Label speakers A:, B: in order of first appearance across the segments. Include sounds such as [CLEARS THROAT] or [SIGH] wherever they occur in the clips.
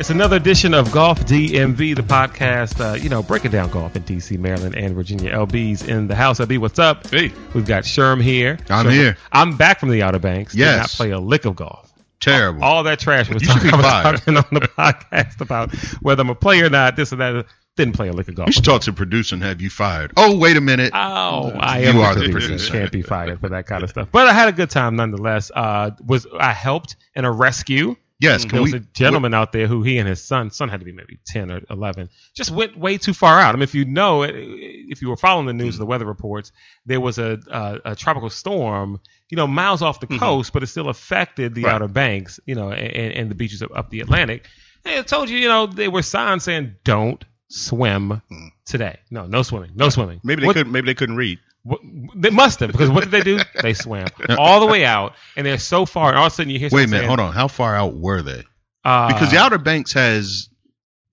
A: It's another edition of Golf DMV, the podcast, uh, you know, breaking down golf in DC, Maryland, and Virginia. LB's in the house. LB, what's up?
B: Hey.
A: We've got Sherm here.
B: I'm
A: Sherm-
B: here.
A: I'm back from the Outer Banks. Did
B: Yes.
A: not play a lick of golf.
B: Terrible.
A: All that trash was
B: You should
A: talking,
B: be fired.
A: talking on the [LAUGHS] podcast about whether I'm a player or not, this and that. Didn't play a lick of golf.
B: you should talk to producer and have you fired. Oh, wait a minute.
A: Oh, I
B: You
A: am
B: are
A: the
B: the
A: producer.
B: producer.
A: Can't be fired for that kind of stuff. But I had a good time nonetheless. Uh, was I helped in a rescue?
B: yes,
A: there
B: can
A: was
B: we?
A: a gentleman out there who he and his son, son had to be maybe 10 or 11, just went way too far out. I mean, if you know, eh, if you were following the news, the weather reports, there was a, a, a tropical storm, you know, miles off the coast, but it still affected the
B: Mm-hmm. Right.
A: Outer Banks, you know, and, and the beaches up, up the Atlantic. And it told you, you know, there were signs saying, don't swim
B: Mm.
A: today. No, no swimming, no swimming.
C: Maybe they
A: What-
C: couldn't. Maybe they couldn't read.
A: what- They must have, because what did they
B: [LAUGHS]
A: do? they swam all the way out, and they're so far, and all of a sudden you hear uh,
B: wait a minute. Hold on. How far out were they?
A: on.
B: Because the Outer Banks has,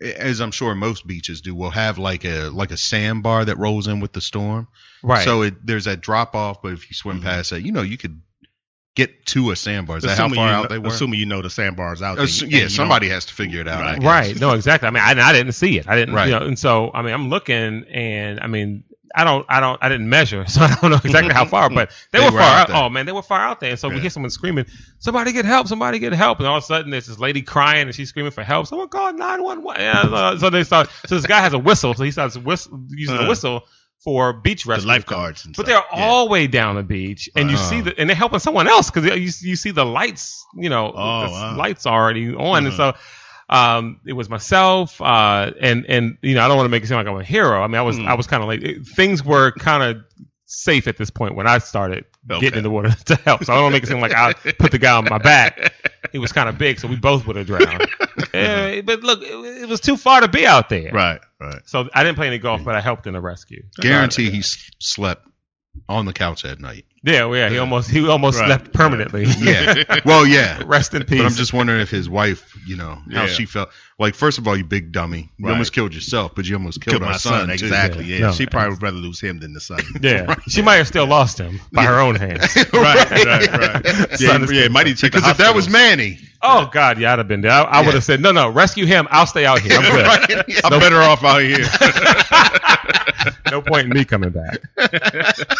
B: as I'm sure most beaches do, will have like a like a sandbar that rolls in with the storm.
A: right.
B: So it, there's that drop off, but if you swim past that, you know you could get to a sandbar. Is that how
C: Assuming
B: far
C: you
B: out
C: know,
B: they were?
C: Assuming you know the sandbars out. there.
B: Assu-
C: and
B: yeah,
C: you
B: somebody has to figure it out. I guess.
A: Right. No, exactly. I mean, I, I didn't see it. I didn't. Right.
B: Right.
A: You know, and so, I mean, I'm looking, and I mean, I don't, I don't, I didn't measure, [LAUGHS] so I don't know exactly how far, but they,
B: They
A: were,
B: were
A: far out.
B: out there.
A: Oh man, they were far out there. And so we
B: Yeah.
A: hear someone screaming, "Somebody get help! Somebody get help!" And all of a sudden, there's this lady crying, and she's screaming for help. Someone call nine one one. So they start. So this guy has a whistle, so he starts whistle, using a
C: Uh-huh.
A: whistle for beach
C: know,
A: rescue.
C: the lifeguards. And
A: But they're
C: stuff. Yeah. Uh-huh.
A: all way down the beach, and you see the, and they're helping someone else because you you see the lights, you know,
C: Oh,
A: the
C: wow. Uh-huh.
A: lights already on, and so um, it was myself, uh, and and you know, I don't want to make it seem like I'm a hero. I mean, I was
C: Mm.
A: I was kind of like it- things were kind of safe at this point when I started getting
C: Okay.
A: in the water [LAUGHS] to help. So I don't want to make it seem like I put the guy on my back. He was kind of big, so we both would have
C: [LAUGHS]
A: drowned. Eh, but look, it, it was too far to be out there.
C: right. Right.
A: So I didn't play any golf, but I helped in a rescue.
B: Guarantee he s- slept on the couch at night.
A: Yeah, well, yeah. He almost he almost
C: Right.
A: left permanently.
C: [LAUGHS]
B: Yeah. well, yeah.
A: [LAUGHS] Rest in peace.
B: But I'm just wondering if his wife, you know, how
C: Yeah.
B: she felt. Like, first of all, you big dummy. You
C: Right.
B: almost killed yourself, but you almost killed,
C: Killed my
B: our son.
C: son.
B: too.
C: Exactly.
A: Yeah.
C: Yeah.
A: No.
C: She probably would rather lose him than the son.
B: [LAUGHS]
C: [LAUGHS]
A: yeah, she might have still lost him by her own hands.
C: right. Right. Right. Yeah.
A: Son is
C: yeah. Might have checked
B: Because
C: the
B: if that was
C: hospitals.
B: Manny,
A: Oh God, yeah, I'd have been there. I, I would
B: Yeah.
A: have said, no, no, rescue him. I'll stay out
B: [LAUGHS]
A: here. I'm good.
B: right? I'm better off out here.
A: No point in me coming back.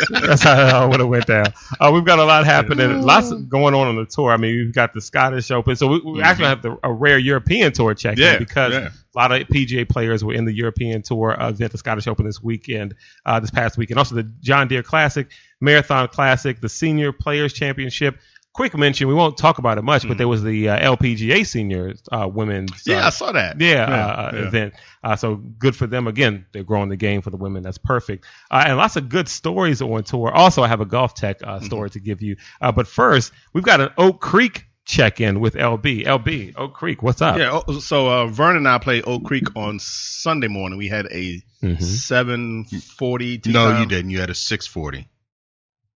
A: That's how I would have went down. Uh, we've got a lot happening, lots going on on the tour. I mean, we've got the Scottish Open, so we, we actually have the, a rare European tour check in
C: Mm-hmm. Yeah,
A: because
C: yeah.
A: a lot of PGA players were in the European tour event, the Scottish Open this weekend, uh, this past weekend. Also, the John Deere Classic, Marathon Classic, the Senior Players Championship. Quick mention, we won't talk about it much, but there was the uh, LPGA Senior uh, Women's
C: Mm. Yeah,
A: uh,
C: I saw that.
A: yeah,
C: Yeah,
A: uh, uh,
C: yeah.
A: event. Uh, so good for them. Again, they're growing the game for the women. That's perfect. Uh, and lots of good stories on tour. Also, I have a golf tech
C: Mm-hmm.
A: uh, story to give you. Uh, but first, we've got an Oak Creek check in with LB. LB, Oak Creek, what's up?
C: [LAUGHS] Yeah. oh, So uh, Vern and I played Oak Creek on Sunday morning. We had a
A: Mhm.
C: seven forty.
B: no, you didn't. You had a 640.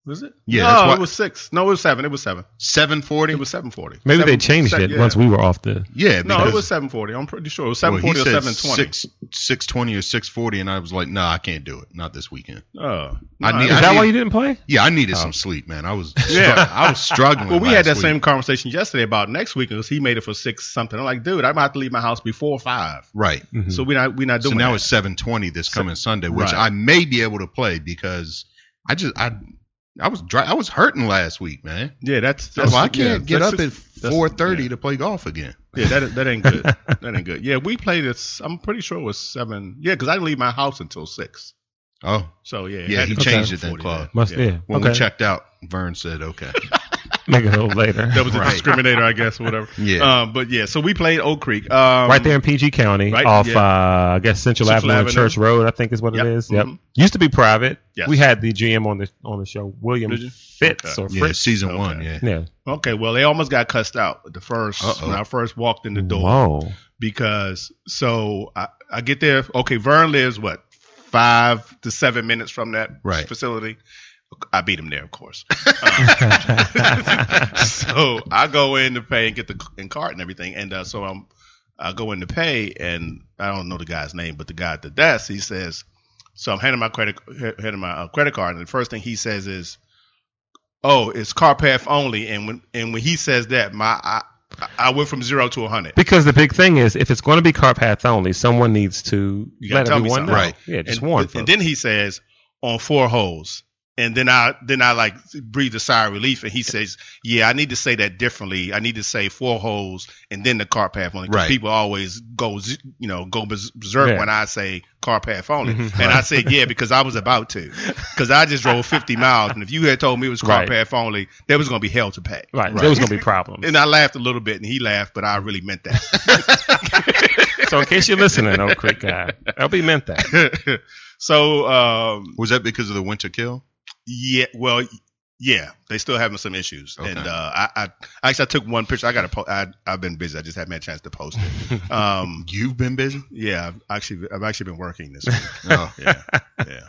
C: Was it?
B: Yeah,
C: No,
B: that's why-
C: it was six. No, it was seven. It was seven.
B: 740?
C: It was seven forty.
A: Maybe they changed it
C: yeah.
A: once we were off the.
B: yeah.
C: No,
B: because-
C: it was seven forty. I'm pretty sure it was
B: well,
C: seven
B: he
C: forty or
B: said
C: seven twenty.
B: Six, 620 or 640, and I was like, nah, I can't do it. Not this weekend.
C: Oh,
B: I
C: no,
B: need-
C: it
A: Is
B: I
A: that
B: need-
A: why you didn't play?
B: Yeah, I needed some sleep, man. I was yeah. I was struggling.
C: Oh. Well, we had
B: last
C: that
B: week.
C: same conversation yesterday about next week because he made it for six something. I'm like, dude, I'm gonna have to leave my house before 5
B: Right.
A: Mm-hmm.
C: So we're not we're not
B: So
C: doing
B: now
C: that.
B: it's seven twenty this coming Sunday, which
C: Right.
B: I may be able to play because I just I I was dry, I was hurting last week, man.
C: yeah, that's
B: That's why I
C: yeah,
B: can't get
C: that's-
B: up at
C: that's-
B: four thirty
C: yeah.
B: to play golf again.
C: Yeah, that that ain't good. that ain't good. Yeah, we played this. I'm pretty sure it was seven. Yeah, because I didn't leave my house until six.
B: Oh,
C: So yeah, it
B: Yeah,
C: had
B: he
C: to be
B: changed it then,
C: 7:40,
B: Claude.
A: Must yeah.
B: when
A: okay.
B: we checked out, Vern said,
C: [LAUGHS]
B: "Okay,
A: [LAUGHS] Make it a little later.
C: That was a
B: Right.
C: discriminator, I guess, or whatever.
B: [LAUGHS] Yeah.
C: Um, but yeah, so we played Oak Creek. Um,
A: right there in PG County,
C: right,
A: off
C: yeah.
A: uh, I guess Central,
C: Central
A: Avenue, and
C: Avenue.
A: Church Road, I think is what
C: Yep,
A: it is. Yep.
C: mhm.
A: Used to be private.
C: Yes.
A: We had the GM on the on the show, William
C: Did you?
A: Fitz
C: Okay.
A: or
B: yeah,
A: Fritz.
B: season
C: Okay.
B: one, yeah,
A: Yeah.
C: Okay, well, they almost got cussed out the 1st
B: Uh-oh.
C: when I first walked in the door.
A: Whoa.
C: because so I, I get there. Okay, Vern lives what five to seven minutes from that
B: Right.
C: facility. I beat him there, of course. Um, so I go in to pay and get the and cart and everything, and uh, so I'm I go in to pay, and I don't know the guy's name, but the guy at the desk he says, so I'm handing my credit handing my uh, credit card, and the first thing he says is, "Oh, it's CarPath only," and when and when he says that, my I, I went from zero to a
A: [LAUGHS]
C: hundred.
A: Because the big thing is, if it's going to be car path only, someone needs to
C: You gotta
A: let
C: tell me
A: everyone know.
C: something.
B: Right.
A: Yeah, just
C: and,
A: warn
C: and
A: folks.
C: then he says on four holes and then i then i like breathe a sigh of relief and he says yeah i need to say that differently i need to say four holes and then the car path only 'cause
B: Right.
C: people always go z- you know go bes- berserk
A: Yeah.
C: when i say car path only
A: Mhm.
C: and i said yeah because i was about to because i just drove 50 miles and if you had told me it was car
A: Right.
C: path only there was going to be hell to pay
A: right. There was going to be problems.
C: [LAUGHS] and i laughed a little bit and he laughed but i really meant
A: [LAUGHS]
C: that
A: so in case you're listening, oh, Oak Creek guy, LB meant that.
C: [LAUGHS] so um
B: Was that because of the winter kill?
C: Yeah, well, y- yeah, they still having some issues,
B: Okay.
C: and uh, I, I actually I took one picture. I got to po- I, I've been busy. I just haven't had a chance to post
B: [LAUGHS]
C: it. Um,
B: You've been busy.
C: yeah, I've actually I've actually been working
B: [LAUGHS]
C: this week.
B: Oh.
C: [LAUGHS] Yeah, yeah,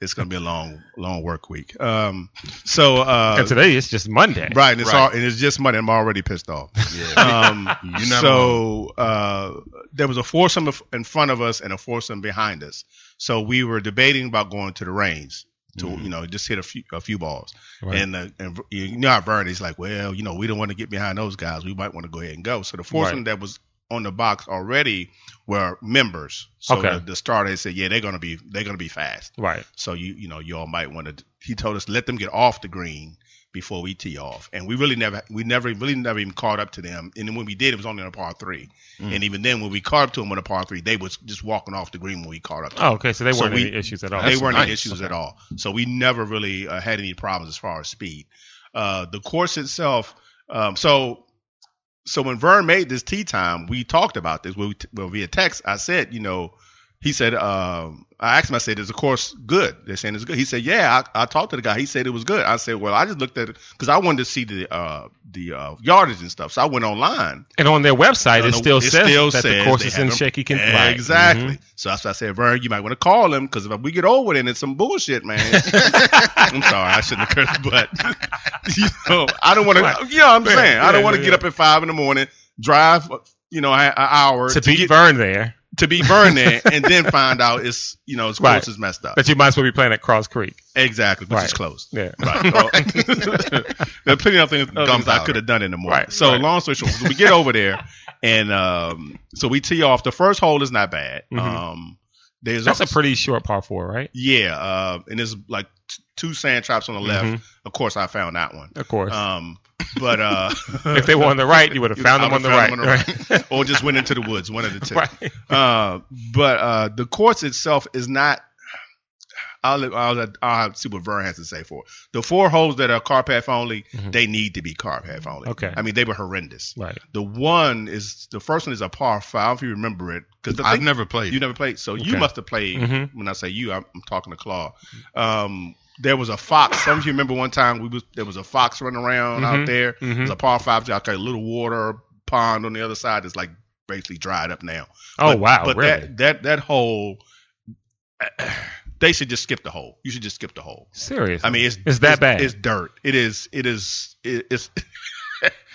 C: it's gonna be a long long work week. Um, so uh,
A: and today it's just Monday.
C: right, and it's
B: Right.
C: all and it's just money. I'm already
B: [LAUGHS]
C: pissed off.
B: Yeah.
C: Um,
B: You're not
C: so uh, there was a foursome of- in front of us and a foursome behind us. So we were debating about going to the range to
B: Mhm.
C: you know just hit a few a few balls.
A: Right.
C: And, uh, and you know how Vernie's like, well, you know, we don't want to get behind those guys. We might want to go ahead and go. So the foursome
A: Right.
C: that was on the box already were members. So
A: Okay.
C: the, the starter had said, yeah, they're gonna be they're gonna be fast.
A: Right.
C: So you you know y'all might want to. He told us let them get off the green before we tee off, and we really never we never really never even caught up to them. And then when we did, it was only on a par three.
B: Mm.
C: And even then, when we caught up to them on a par three, they was just walking off the green when we caught up. To them.
A: Oh, okay. So they
C: So
A: weren't
C: we-
A: any issues at all.
C: they
B: that's
C: weren't any
B: nice.
C: issues at all. So we never really uh, had any problems as far as speed. Uh, the course itself. Um, so so when Vern made this tea time, we talked about this. Well, well via text, I said, you know, he said, um, I asked him, I said, is the course good? They're saying it's good. He said, yeah, I, I talked to the guy. He said it was good. I said, well, I just looked at it because I wanted to see the uh, the uh, yardage and stuff. So I went online
A: And on their website,
C: No,
A: it
C: no,
A: still
C: it
A: says
C: still
A: that
C: says
A: the course
C: they
A: is in
C: haven't-
A: shaky Mm-hmm. condition.
C: Exactly. So that's why I said, Vern, you might want to call him because if we get over then it's some bullshit, man.
A: [LAUGHS]
C: I'm sorry, I shouldn't have cursed, but [LAUGHS] you know, I don't want to.
A: Right.
C: You know, what I'm
A: Yeah,
C: saying I don't
A: yeah,
C: want to
A: yeah,
C: get
A: yeah.
C: up at five in the morning, drive, you know, an an hour
A: To beat
C: get-
A: Vern there,
C: to be Vern there, and then find out it's you know, his course
A: Right.
C: is messed up.
A: but you might as well be playing at Cross Creek.
C: Exactly, which
A: Right.
C: is closed.
A: Yeah.
C: Right. So, there are plenty of things, other things I
B: Gunpowder.
C: could have done in the morning.
A: Right,
C: So
A: right.
C: long story short, we get over there, and um, so we tee off. The first hole is not bad.
A: Mhm.
C: Um,
A: [LAUGHS]
C: there's
A: That's a pretty short par four, right?
C: yeah, uh, and there's like t- two sand traps on the left.
A: Mhm.
C: Of course, I found that one.
A: Of course.
C: Um, but uh,
A: [LAUGHS] if they were on the right, you would have
C: I
A: found them on
C: would've
A: the right.
C: found them on the right. [LAUGHS] or just went into the woods,
A: [LAUGHS]
C: one of the two.
A: Right.
C: Uh, but uh, the course itself is not. I'll, I'll, I'll see what Vern has to say for it. The four holes that are car path only,
A: Mhm.
C: they need to be car path only.
A: Okay.
C: I mean, they were horrendous.
A: Right.
C: The one is the first one is a par five. If you remember it, because
B: I've never played.
C: you never played, so you
A: Okay.
C: must have played.
A: Mhm.
C: When I say you, I'm, I'm talking to Claw. Um, there was a fox. Some of you remember one time we was there was a fox running around
A: Mhm.
C: out there.
A: Mhm.
C: There's a par five, like a little water pond on the other side that's like basically dried up now.
A: Oh
C: But-
A: wow,
C: But
A: really?
C: that that that hole, they should just skip the hole. You should just skip the hole.
A: Seriously.
C: I mean, it's
A: It's that bad.
C: It's dirt. It is. It is. It, it's.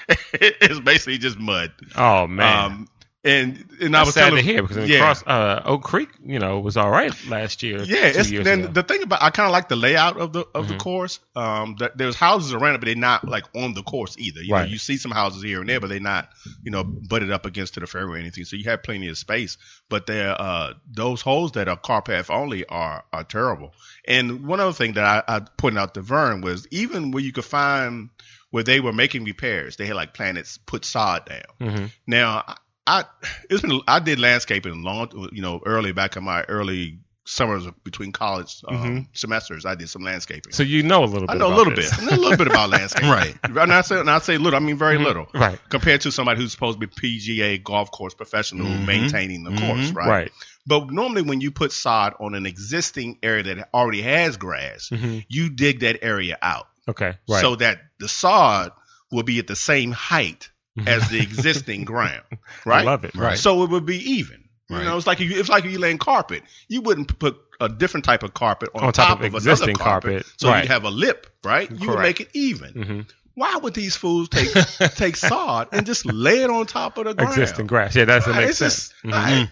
C: [LAUGHS] it's basically just mud.
A: oh man.
C: Um, and and I
A: That's
C: was
A: sad
C: telling
A: to hear because I mean,
C: yeah.
A: Cross uh, Oak Creek, you know, was all right last year.
C: Yeah,
A: two
C: it's,
A: years
C: then
A: ago.
C: the thing about I kind of like the layout of the of the
A: Mhm.
C: course. Um, th- there's houses around it, but they're not like on the course either. You
A: Right.
C: know, you see some houses here and there, but they're not you know butted up against to the fairway or anything. So you have plenty of space. But there, uh, those holes that are car path only are are terrible. And one other thing that I, I pointed out to Vern was even where you could find where they were making repairs, they had like planets put sod down.
A: Mhm.
C: Now, I- I it's been I did landscaping long, you know, early back in my early summers between college um, semesters. I did some landscaping.
A: Mm-hmm. So you know a little bit.
C: I know a
A: about
C: little
A: this.
C: bit, I know a little
A: [LAUGHS]
C: bit about landscaping.
B: Right.
C: And I say, and I say little, I mean very
A: Mhm.
C: little,
A: [LAUGHS] Right.
C: compared to somebody who's supposed to be PGA golf course professional
B: Mhm.
C: maintaining the course,
B: Mhm.
C: right?
A: Mm-hmm. Right.
C: But normally, when you put sod on an existing area that already has grass,
A: Mhm.
C: you dig that area out
A: Okay. Right.
C: so that the sod will be at the
A: [LAUGHS]
C: same height as the existing ground,
A: I
C: right?
A: love it.
B: Right.
C: So it would be even. You
B: Right.
C: know, it's like if you, it's like if you laying carpet. You wouldn't p- put a different type of carpet on,
A: On top of
C: another
A: existing carpet,
C: so
A: right.
C: you have a lip, right? You would
A: Correct.
C: make it even.
A: hmm
C: Why would these
A: [LAUGHS]
C: fools take take sod and just lay it on top of the
A: [LAUGHS]
C: ground?
A: Existing grass. Yeah, that's- that
C: Right,
A: makes
C: it's
A: sense.
C: just-
A: Mhm.
C: I-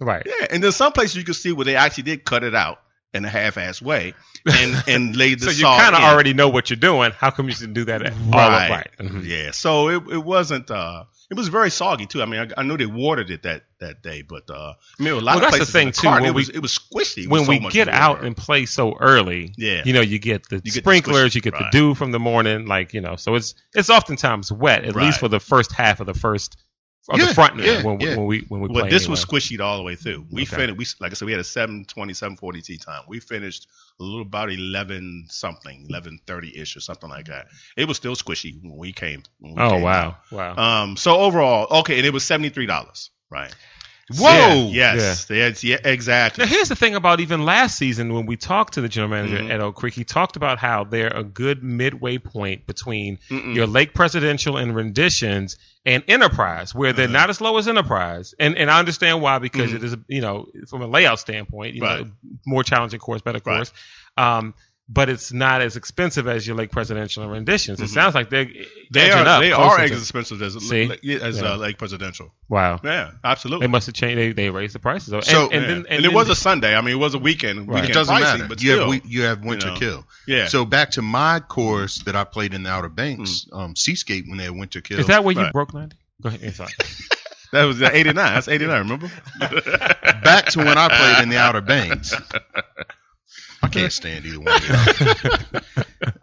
A: Right.
C: yeah, and there's some places you can see where they actually did cut it out in a half-ass way and and laid
A: [LAUGHS]
C: the
A: So you
C: sod
A: kind of
C: in.
A: already know what you're doing. How come you didn't do that at all
C: Right.
A: upright? Mhm.
C: Yeah, so it, it wasn't. Uh, it was very soggy too. I mean, I, I know they watered it that that day, but uh, I mean, a
A: Well,
C: lot of
A: that's the
C: places in
A: thing, too,
C: carton,
A: when
C: it
A: we-
C: was, it was squishy. with
A: When
C: so
A: we
C: much
A: get out
C: water.
A: and play so early,
C: Yeah.
A: you know, you get the
C: the
A: sprinklers,
C: squish-
A: you get the
C: right.
A: dew from the morning, like you know. So it's it's oftentimes wet, at least
C: Right.
A: for the first half of the first of
B: Yeah,
A: the front end
B: yeah,
A: when, we
B: yeah.
A: when we when we
C: Well,
A: play.
C: this was
A: anyway.
C: squishy all the way through. We
A: Okay.
C: finished. We like I said, we had a 720, 740 tea time. We finished a little about eleven something, eleven thirty ish or something like that. It was still squishy when we came. When we
A: oh
C: came
A: wow, wow.
C: out. Um. So overall, okay, and it was seventy three dollars. Right.
A: Whoa!
C: Yes. Yes. Yeah. Exactly.
A: Now here's the thing about even last season when we talked to the general manager
C: Mhm.
A: at Oak Creek, he talked about how they're a good midway point between
C: Mm-mm.
A: your Lake Presidential and renditions and Enterprise, where they're
C: Uh-huh.
A: not as low as Enterprise, and and I understand why because
C: Mhm.
A: it is you know from a layout standpoint, you
C: Right.
A: know, more challenging course, better
C: Right.
A: course. Um, but it's not as expensive as your Lake Presidential and renditions. It
C: Mhm.
A: sounds like they're
C: They
A: edging
C: are.
A: up
C: They
A: closer
C: are
A: to-
C: as expensive as
A: See?
C: like, yeah, as
A: Yeah.
C: uh, like presidential.
A: wow.
C: Yeah,
A: They
C: absolutely.
A: must have changed. They, they raised the prices. And,
B: So-
A: and,
C: Yeah.
A: then,
C: and, it was a
A: then-
C: Sunday. I mean, it was a weekend.
A: Right.
C: weekend
B: It doesn't
C: pricing,
B: matter.
C: But
B: you, have,
C: still,
B: we- you have winter
C: know.
B: kill.
C: yeah.
B: So back to my course that I played in the Outer Banks,
C: Hmm.
B: um, Seascape when they had winter kill.
A: Is that where you
C: Right.
A: broke ninety? Go ahead. Yeah, sorry.
C: that was the eighty nine. That's eighty nine. Remember?
B: back to when I played
C: [LAUGHS]
B: in the Outer Banks. I can't stand either one. Of y'all.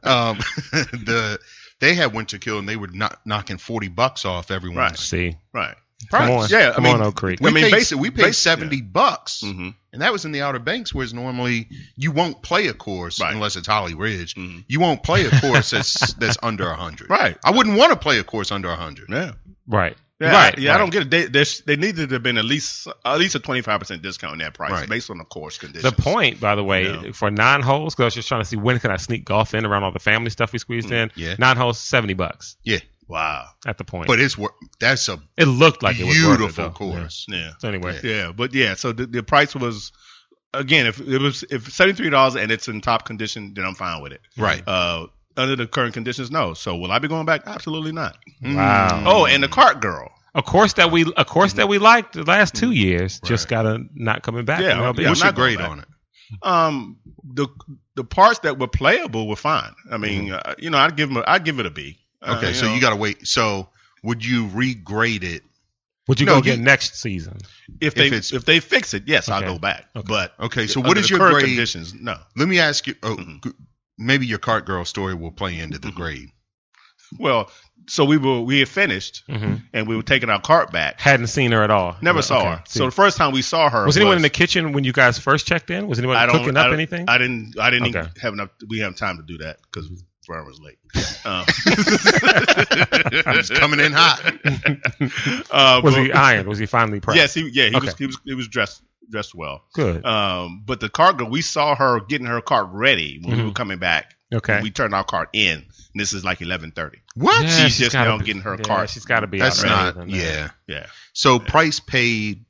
C: [LAUGHS]
B: um, [LAUGHS] the they had winter kill and they were not knocking forty bucks off everyone.
C: Right.
A: See,
C: right.
A: come on,
C: Yeah, I
A: come
C: mean,
A: on, Oak Creek.
B: We
C: I mean,
B: paid,
C: basi-
B: we paid
C: basi-
B: seventy bucks,
C: hmm
B: and that was in the Outer Banks, whereas normally you won't play a course
C: Right.
B: unless it's Holly Ridge.
C: hmm
B: You won't play a course
C: [LAUGHS]
B: that's that's under hundred.
C: Right.
B: I wouldn't want to play a course under hundred.
C: Yeah.
A: Right,
C: Yeah,
A: right,
C: yeah, I
A: right.
C: don't get it. They they, they needed to have been at least at least a twenty five percent discount in that price
B: Right.
C: based on the course conditions.
A: The point, by the way,
C: Yeah.
A: for nine holes, because I was just trying to see when can I sneak golf in around all the family stuff we squeezed
C: Mm,
A: in.
B: Yeah.
A: Nine holes, seventy bucks
C: Wow.
A: at the point.
B: But it's wor- that's a
A: it looked like it was worth it,
B: beautiful
A: though.
B: course.
C: Yeah.
A: Yeah. So anyway,
C: Yeah, but yeah, so the, the price was again if it was if seventy three dollars and it's in top condition, then I'm fine with it.
B: Right.
C: Uh, under the current conditions, no. So will I be going back? Absolutely not.
A: Wow.
C: Oh, and the cart girl.
A: a course that we a
C: Mm.
A: course that we liked the last two years just gotta not coming back.
C: Yeah,
A: and that'll be
C: yeah,
A: it.
B: What's
C: I'm
B: your
C: not going
B: grade
C: back.
B: on it?
C: Um, the the parts that were playable were fine. I mean, uh, you know, I'd give 'em a, I'd give it a B. Uh,
B: Mm-hmm. Okay, so
C: know.
B: you got to wait. So would you regrade it?
A: Would you
B: No,
A: go
B: you-
A: get next season?
C: if they
B: it's-
C: if, they fix it, yes,
A: Okay.
C: I'll go back.
A: Okay.
C: But
B: Okay, so
C: under
B: what is
C: the
B: your
C: current
B: grade?
C: conditions? No.
B: Let me ask you. Oh,
C: Mhm.
B: g- maybe your cart girl story will play into the
C: Mhm.
B: grade.
C: [LAUGHS] Well, so we were we had finished
B: Mm.
A: hmm
C: and we were taking our cart back.
A: Hadn't seen her at all.
C: Never
A: Yeah,
C: saw
A: okay.
C: her.
A: See.
C: So the first time we saw her
A: was anyone in the kitchen when you guys first checked in? Was anyone
C: I don't,
A: cooking
C: I
A: up
C: don't-
A: anything?
C: I didn't. I didn't
A: Okay.
C: have enough. We have time to do that because Brian was
A: [LAUGHS]
C: late. Um,
B: I'm just coming in hot.
C: uh,
A: was
C: but-
A: he ironed? Was he finally pressed?
C: Yes, he, yeah, he
A: Okay.
C: was. He was. He was dressed dressed well.
A: Good.
C: Um, but the cargo, we saw her getting her cart ready when we
A: Mhm.
C: were coming back.
A: okay.
C: We turned our cart in. And this is like eleven thirty.
B: What?
A: Yeah,
C: she's just
A: gotta
C: now
A: be-
C: getting her
A: yeah,
C: cart.
A: She's got to be.
B: That's
A: out
B: not.
A: earlier than that.
B: Yeah.
C: Yeah,
B: So price paid.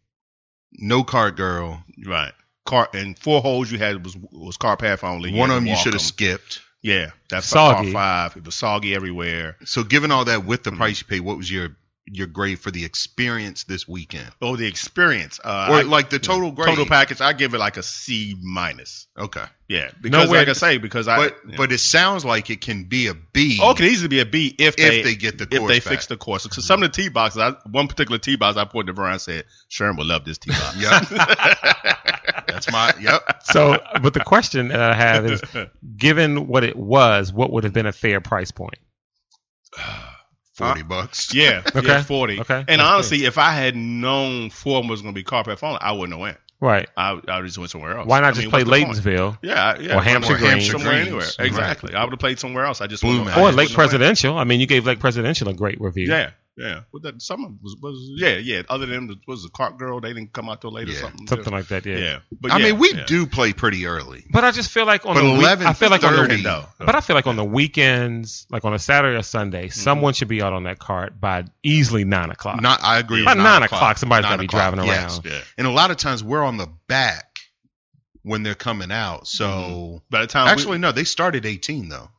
B: No cart girl.
C: right. Cart and four holes you had was was car path only.
B: One of
C: had to
B: them you
C: walk
B: should have
C: 'em.
B: skipped.
C: Yeah, that's
A: Soggy.
C: soggy. Five. It was soggy everywhere.
B: So given all that,
C: Mm-hmm.
B: with the price you paid, what was your your grade for the experience this weekend,
C: Oh, the experience. Uh,
B: or
C: I-
B: like the total grade?
C: total package, I give it like a C minus.
B: Okay,
C: Yeah, because
A: Nowhere-
C: like I say, because I
B: but
C: yeah.
B: but it sounds like it can be a B
C: oh, it could easily be a B if
B: if
C: they
B: they, get the
C: if
B: course
C: they
B: back.
C: fix the course. So some of the tee boxes, I, one particular tee box, I pointed to Brian and said, "Sharon will love this
B: [LAUGHS]
C: tee box."
B: Yep. That's my yep.
A: So, but the question that I have
C: [LAUGHS]
A: is, given what it was, what would have been a fair price point?
B: Forty bucks.
C: yeah,
A: Okay.
C: yeah, forty.
A: Okay, that's
C: And honestly, if I had known Ford was going to be carpet phone, I wouldn't have went.
A: Right.
C: I I just went somewhere else.
A: Why
C: I
A: not just
C: mean,
A: play
C: what's the
A: Laytonsville
C: point? Yeah, I- yeah.
A: or Hampshire
B: or
A: Green
B: Hampshire
C: somewhere
B: Greens.
C: anywhere.
B: Right.
C: Exactly. I would have played somewhere else. I just
B: Blue
C: wouldn't have-
B: Man.
C: I
A: or
C: just
A: Lake
C: wouldn't have went.
A: Presidential? I mean, you gave Lake Presidential a great review.
C: Yeah, yeah. Well, that some was, was yeah, yeah. Other than the, was the cart girl, they didn't come out till later.
B: Yeah.
C: something,
A: Something like that. Yeah.
C: yeah. But
B: I
C: yeah,
B: mean, we
C: yeah.
B: do play pretty early.
A: But I just feel like on
B: But
A: the week, I feel like on the
B: 11:30
A: week-
C: though. Mm-hmm.
A: But I feel like on the weekends, like on a Saturday or Sunday, someone should be out on that cart by easily nine o'clock.
B: Not I agree.
A: By
B: with
A: nine o'clock, somebody's
B: Nine
A: gotta be
B: o'clock,
A: driving
B: yes.
A: around.
C: yeah.
B: And a lot of times we're on the back when they're coming out. So
C: By the time Uh, we-
B: actually, no, they started 18 though.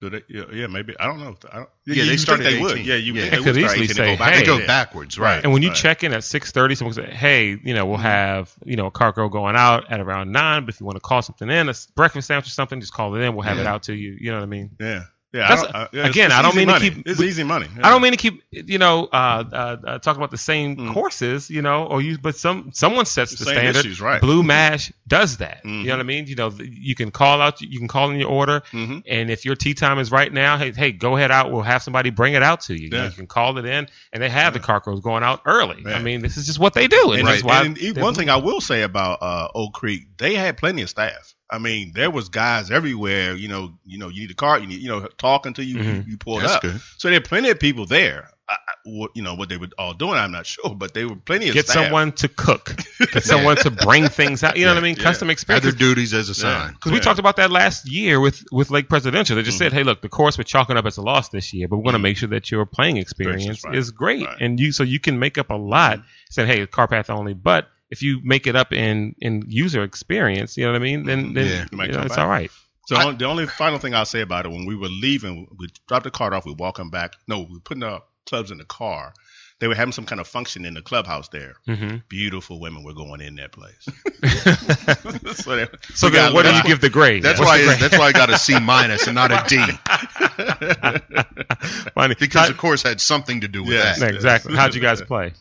C: do they- yeah, yeah, maybe I don't know. I don't,
B: Yeah, they
C: you
B: started
C: think
B: at
C: they would.
B: 18.
C: Yeah,
B: Yeah.
C: you would
B: They
C: think
A: could
C: would
A: easily
C: start 18
A: say,
C: and go back
A: Hey.
B: they
C: to
B: go
C: that.
B: backwards, right? Mm-hmm.
A: And when you
C: Right.
A: check in at six thirty, someone said, "Hey, you know, we'll have you know a car girl going out at around nine. But if you want to call something in, a s- breakfast sandwich or something, just call it in. We'll have it
B: Yeah.
A: out to you. You know what I mean?
C: Yeah, yeah.
A: That's-
C: I don't, I- yeah, it's-
A: again,
C: it's
A: I don't
C: easy
A: mean to
C: money.
A: keep-
C: It's
A: we-
C: easy money.
A: I don't mean to keep you know uh, uh, uh, talking about the same
C: Mm.
A: courses, you know, or you, but some someone sets the
C: Same
A: standard.
C: issues, right.
A: Blue Mash does that.
C: Mhm.
A: You know what I mean? You know, th- you can call out, you can call in your order,
C: hmm
A: and if your tea time is right now, hey, hey, go ahead out. We'll have somebody bring it out to you. You, know,
C: Yeah.
A: you can call it in, and they have the carcos going out early.
C: Yeah.
A: I mean, this is just what they do, and
C: And,
A: that's why.
C: and e-
A: they're
C: one
A: blue.
C: thing I will say about uh, Oak Creek, they had plenty of staff. I mean, there was guys everywhere. You know, you know, you need a car. You need, you know, talk until you
A: Mhm.
C: you pulled
B: That's
C: up.
B: good.
C: So there are plenty of people there. I, I, what you know what they were all doing, I'm not [LAUGHS] sure, but they were plenty of
A: Get
C: staff.
A: someone to cook.
C: [LAUGHS]
A: Get someone to bring things out. You know what I mean?
C: Yeah.
A: Custom experience.
B: Other duties as a sign.
A: Because we
C: Yeah.
A: talked about that last year with, with Lake Presidential. They just
C: Mm-hmm.
A: said, hey, look, the course we're chalking up as a loss this year, but we're going to make sure that your playing experience
C: right.
A: is great.
C: Right. Mm-hmm.
A: And you so you can make up a lot saying, hey, car path only. But if you make it up in, in user experience, you know what I mean? Then, then
B: Yeah.
A: you
C: You might
A: know,
C: come
A: it's
C: back.
A: all right.
C: So on- the only final thing I'll say about it, when we were leaving, we dropped the cart off, we walking back. No, we were putting our clubs in the car. They were having some kind of function in the clubhouse there.
A: hmm
C: Beautiful women were going in that place. [LAUGHS] so they,
A: So
C: [LAUGHS] we
A: then
C: got
A: what do
C: lucky.
A: you give the grade?
B: That's
A: What's
B: why.
A: the grade?
B: That's why I got a C minus and not a D
A: [LAUGHS]
C: [LAUGHS]
A: Funny.
B: because
A: How-
B: the course had something to do with
C: Yes.
B: that.
C: course-
A: Exactly. How'd you
C: [LAUGHS]
A: guys play?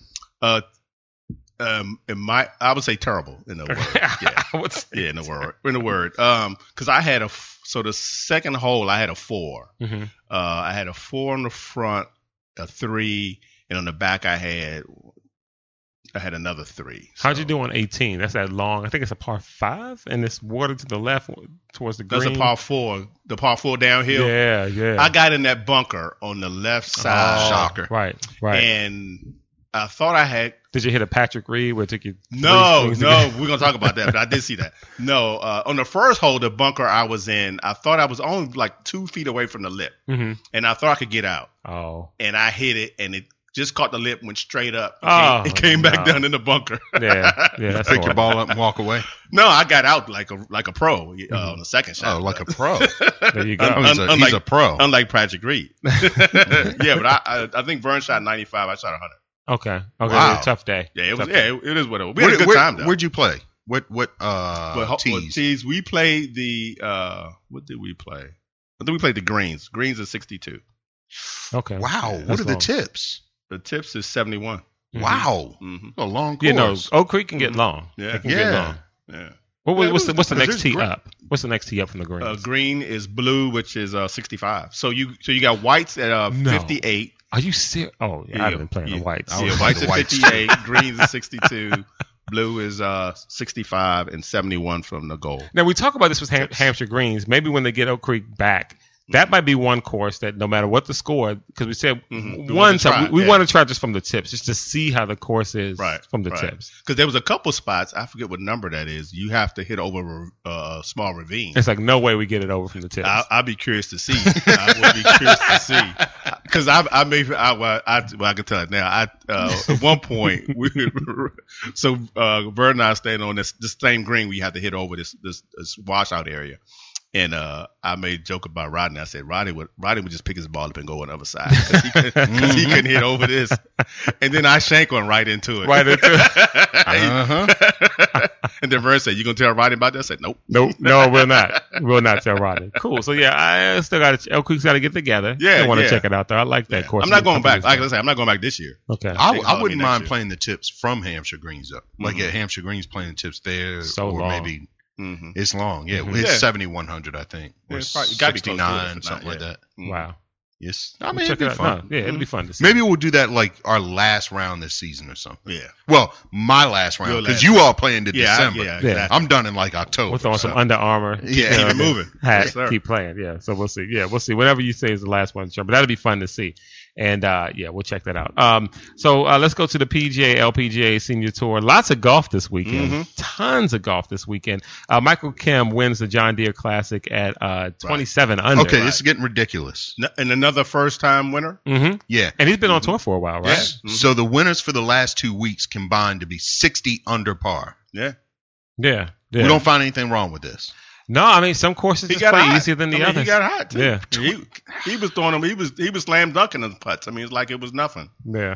C: Uh, um, in my, I would say terrible in the
A: [LAUGHS]
C: word. Yeah.
A: What's-
C: Yeah, in the word, in the word. Um, because I had a f- so the second hole I had a four.
A: Mhm.
C: Uh, I had a four on the front, a three, and on the back I had I had another three.
A: How'd
C: So
A: you do on 18? That's that long. I think it's a par five, and it's water to the left towards the green.
C: That's a par four. The par four downhill.
A: Yeah, yeah.
C: I got in that bunker on the left
A: Oh,
C: side,
B: Shocker.
A: Right, right.
C: and I thought I had
A: Did you hit a Patrick Reed where it took you? three
C: No,
A: swings to [LAUGHS]
C: no, we're gonna talk about that, but I did see that. No, uh, on the first hole, the bunker I was in, I thought I was only like two feet away from the lip,
A: get- Mhm.
C: and I thought I could get out,
A: Oh,
C: and I hit it, and it just caught the lip, went straight up, it
A: Oh,
C: came- it came back
A: no.
C: down in the bunker. [LAUGHS]
A: yeah, yeah. That's
B: Pick your
A: the one.
B: ball up and walk away.
C: no, I got out like a like a pro uh,
A: Mm-hmm.
C: on the second shot.
B: Oh, like a pro.
A: There you
B: Oh,
A: go.
B: he's, a, he's a pro.
C: [LAUGHS] Unlike
A: [LAUGHS]
C: Patrick Reed, yeah, but I, I I think Vern shot 95, I shot 100.
A: Okay, okay.
B: Wow.
A: yeah, Tough day.
C: Yeah, it was
A: Tough
C: yeah,
A: day.
C: it, it is what it was. We had a good time though.
B: Where'd you play? What what uh
C: But ho- well,
B: tees?
C: tees, we played the uh what did we play? I think we played the greens. Greens is 62.
A: Okay.
B: Wow, what
A: That's
B: are the
A: long.
B: tips?
C: The tips is 71.
B: Mm-hmm.
A: Mhm.
B: Wow,
C: hmm
B: a long course.
A: You know, Oak Creek can get long.
C: Mm-hmm. Yeah.
A: It can get
B: Yeah.
A: long.
C: Yeah.
A: What,
B: Yeah,
A: was what's the
B: it
A: what's the
B: was-
A: next
B: there's
A: tee
B: great-
A: up? What's the next tee up from the green?
C: Uh, green is blue, which is uh 65. So you so you got whites at uh
A: No.
C: 58.
A: Are you serious? Oh, yeah,
C: Yeah,
A: I've been playing the
C: yeah.
A: whites.
B: I
C: Yeah,
B: was
C: whites
B: the
C: at
B: whites.
C: 58. greens is 62. [LAUGHS] Blue is uh 65 and 71 from the goal.
A: Now we talk about this with Ham- Hampshire Greens. Maybe when they get Oak Creek back, that might be one course that no matter what the score, because we said
C: Mhm. We
A: one
C: wanted to
A: time
C: try,
A: we, we
C: yeah.
A: want to try just from the tips, just to see how the course is
C: Right,
A: from the
C: right.
A: tips.
C: Because there was a couple spots, I forget what number that is. You have to hit over a uh, small ravine.
A: It's like no way we get it over from the tips.
C: I, I'd be curious to see. I would be curious to
A: [LAUGHS]
C: see because I, I may, I, well, I, well, I can tell it now. I uh, at one point, [LAUGHS] we, so uh, Vern and I stayed on this, this same green we had to hit over this this, this washout area, and uh, I made a joke about Rodney. I said Rodney would Rodney would just pick his ball up and go on the other side because he, could, not hit over this, and then I shank one right into
A: [LAUGHS]
C: it.
A: right
C: [LAUGHS]
A: into
B: Uh huh.
C: Uh-huh. and then Vern said, "You gonna tell Rodney about that?" I said, "Nope."
A: no, no, we're
C: [LAUGHS]
A: not. We'll not tell Rodney. Cool. So yeah, I still got to. Elk Creek's got to get together.
C: Yeah,
A: I want to
C: yeah.
A: check it out there. I like that course.
C: I'm not going
A: think
C: back.
A: it's
C: Like I said, I'm not going back this year.
A: okay.
B: [LAUGHS] I,
C: They
B: I
C: call
B: wouldn't
C: me next
B: mind
C: year.
B: playing the tips from Hampshire Greens up. Like
C: Mhm.
B: at Hampshire Greens playing the tips there,
A: So
B: or
A: long.
B: maybe
C: Mm-hmm.
B: it's long. Yeah,
A: Mhm.
B: it's
C: Yeah. seventy.
B: seventy one hundred, I think,
C: Yeah,
B: or
C: it's probably- it gotta be
B: sixty
C: close to it, if
B: nine,
C: not,
B: something like
C: yeah.
B: that.
A: Wow.
B: Yes, I mean
A: We'll
B: it'd
A: check
B: be
A: it out.
B: fun.
A: No, yeah, it'll be
C: Mm-hmm.
A: fun to see.
B: Maybe we'll do that like our last round this season or something.
C: Yeah.
B: Well, my last round
C: Your
B: because
C: last
B: you all play into
C: Yeah, I-
B: December.
C: yeah,
A: Yeah.
C: exactly.
B: I'm done in like October.
A: we'll throw on
B: so-
A: some Under Armour.
B: Yeah.
A: Keep
B: Keep
A: it
B: it
C: moving.
A: Hat,
C: Yes, sir.
A: keep playing. Yeah. So we'll see. Yeah, we'll see. Whatever you say is the last one to jump, but that'll be fun to see. And uh, yeah, we'll check that out. Um, so uh, let's go to the PGA LPGA Senior Tour. Lots of golf this weekend.
C: Mm-hmm.
A: Tons of golf this weekend. Uh, Michael Kim wins the John Deere Classic at uh, 27 under.
B: Okay, this is getting ridiculous.
C: N- and another first time winner.
A: hmm
B: Yeah.
A: And he's been
C: Mm-hmm.
A: on tour for a while, right?
B: So the winners for the last two weeks combined to be 60 under par.
C: Yeah.
A: Yeah. yeah.
B: We don't find anything wrong with
C: [LAUGHS]
B: this.
A: no, I mean some courses
C: He
A: just
C: got
A: play
C: hot.
A: easier than the
C: I mean,
A: others.
C: He got hot too.
A: Yeah.
C: He, he was throwing them. He was he was slam dunking his putts. I mean, it's like it was nothing.
A: yeah.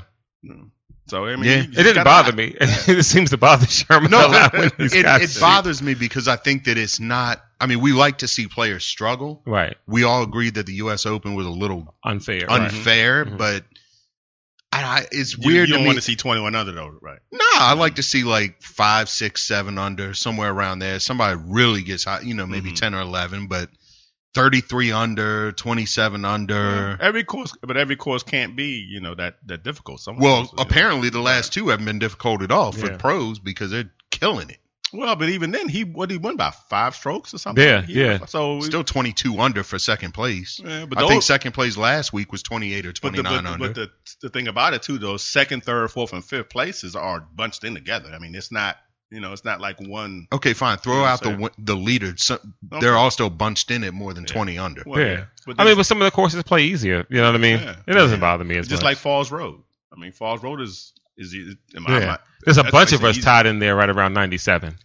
C: So I mean,
B: Yeah.
C: he
B: It
C: just
A: It didn't
C: got
A: bother
C: hot. [LAUGHS]
A: me. [LAUGHS] It seems to bother Sherman a lot when
B: [LAUGHS] it,
A: he's got
B: it
A: to.
B: bothers me because I think that it's not. I mean, we like to see players struggle.
A: Right.
B: We all agreed that the U.S. Open was a little
A: Unfair. right.
B: unfair,
A: Mhm.
B: but I, I, it's
C: Mm-hmm. You,
B: weird
C: you
B: to
C: don't
B: me.
C: want to see twenty one under though, right?
B: No, I like to see like five, six, seven under, somewhere around there. Somebody really gets hot, you know, maybe
C: Mhm.
B: 10 or 11, but 33 under, 27 under.
C: Every course, but every course can't be you know that that difficult. Some
B: Well,
C: courses, you know.
B: apparently the last two haven't been difficult at all for
A: Yeah.
B: pros because they're killing it.
C: Well, but even then, he what he won by five strokes or something.
A: Yeah,
C: He-
A: yeah.
C: So
B: Still 22 under for second place.
C: yeah, but
B: I
C: the
B: think
C: old-
B: second place last week was 28 or
C: But the,
B: 29
C: but,
B: under.
C: but the the thing about it too, though, second, third, fourth, and fifth places are bunched in together. I mean, it's not you know, it's not like one.
B: okay, fine. Throw
C: Yeah,
B: out the
C: so-
B: win- the leader. So, They're all still bunched in at more than 20 under.
C: well,
A: Yeah.
C: But
A: I mean, but some of the courses play easier. You know what I mean?
C: Yeah.
A: It doesn't
C: Yeah.
A: bother me as
C: it's just
A: much.
C: like Falls Road. I mean, Falls Road is is in my
A: Yeah.
C: mind.
A: There's a
C: that's
A: bunch of
C: basically
A: us
C: easy.
A: tied in there right around 97,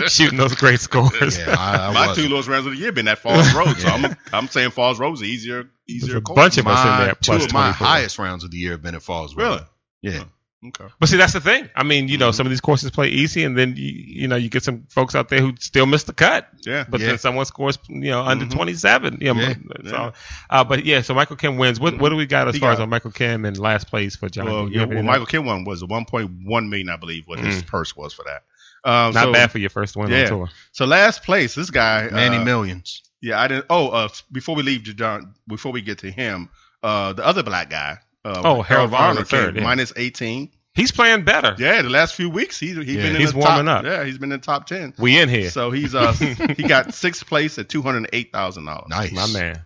B: [LAUGHS]
A: [LAUGHS]
B: Yeah,
A: shooting those great scores.
B: yeah I, I
C: [LAUGHS] My
B: wasn't.
C: two lowest rounds of the year been at Falls Road, so I'm I'm saying Falls Road's an easier
A: [LAUGHS] There's
C: easier
A: a
C: course.
A: bunch of us in
B: my,
A: there
B: two
A: plus
B: of my
A: 24.
B: highest rounds of the year have been at Falls. Road.
C: really.
B: Yeah.
C: Okay.
A: But see, that's the thing. I mean, you know,
C: Mm-hmm.
A: some of these courses play easy, and then you, you know you get some folks out there who still miss the cut.
C: Yeah.
A: But
B: Yeah.
A: then someone scores, you know, under
C: Mhm.
A: 27. You know,
B: Yeah.
A: so- Uh, but yeah, so Michael Kim wins. What what do we got as
C: He
A: far
C: got-
A: as on Michael Kim and last place for John?
C: Well,
A: Do you
C: yeah,
A: have
C: well,
A: anything?
C: Michael Kim one was 1.1 million, I believe, what his purse was for that. Um,
A: Not
C: so,
A: bad for your first win on
C: Yeah.
A: tour.
C: So last place, this guy
B: Manny
C: uh,
B: Millions.
C: Yeah, I didn't. Oh, uh, before we leave to John, before we get to him, uh, the other black guy. Uh,
A: Oh, Harold Varner
C: came
A: III, yeah.
C: minus eighteen.
A: He's playing better.
C: Yeah, the last few weeks he's he's
B: Yeah.
C: been in
A: He's
C: the
A: warming
C: top,
A: up.
C: Yeah, he's been in the top ten.
A: We in here,
C: So he's uh [LAUGHS] he got sixth place at two hundred eight thousand dollars.
B: Nice.
A: my man.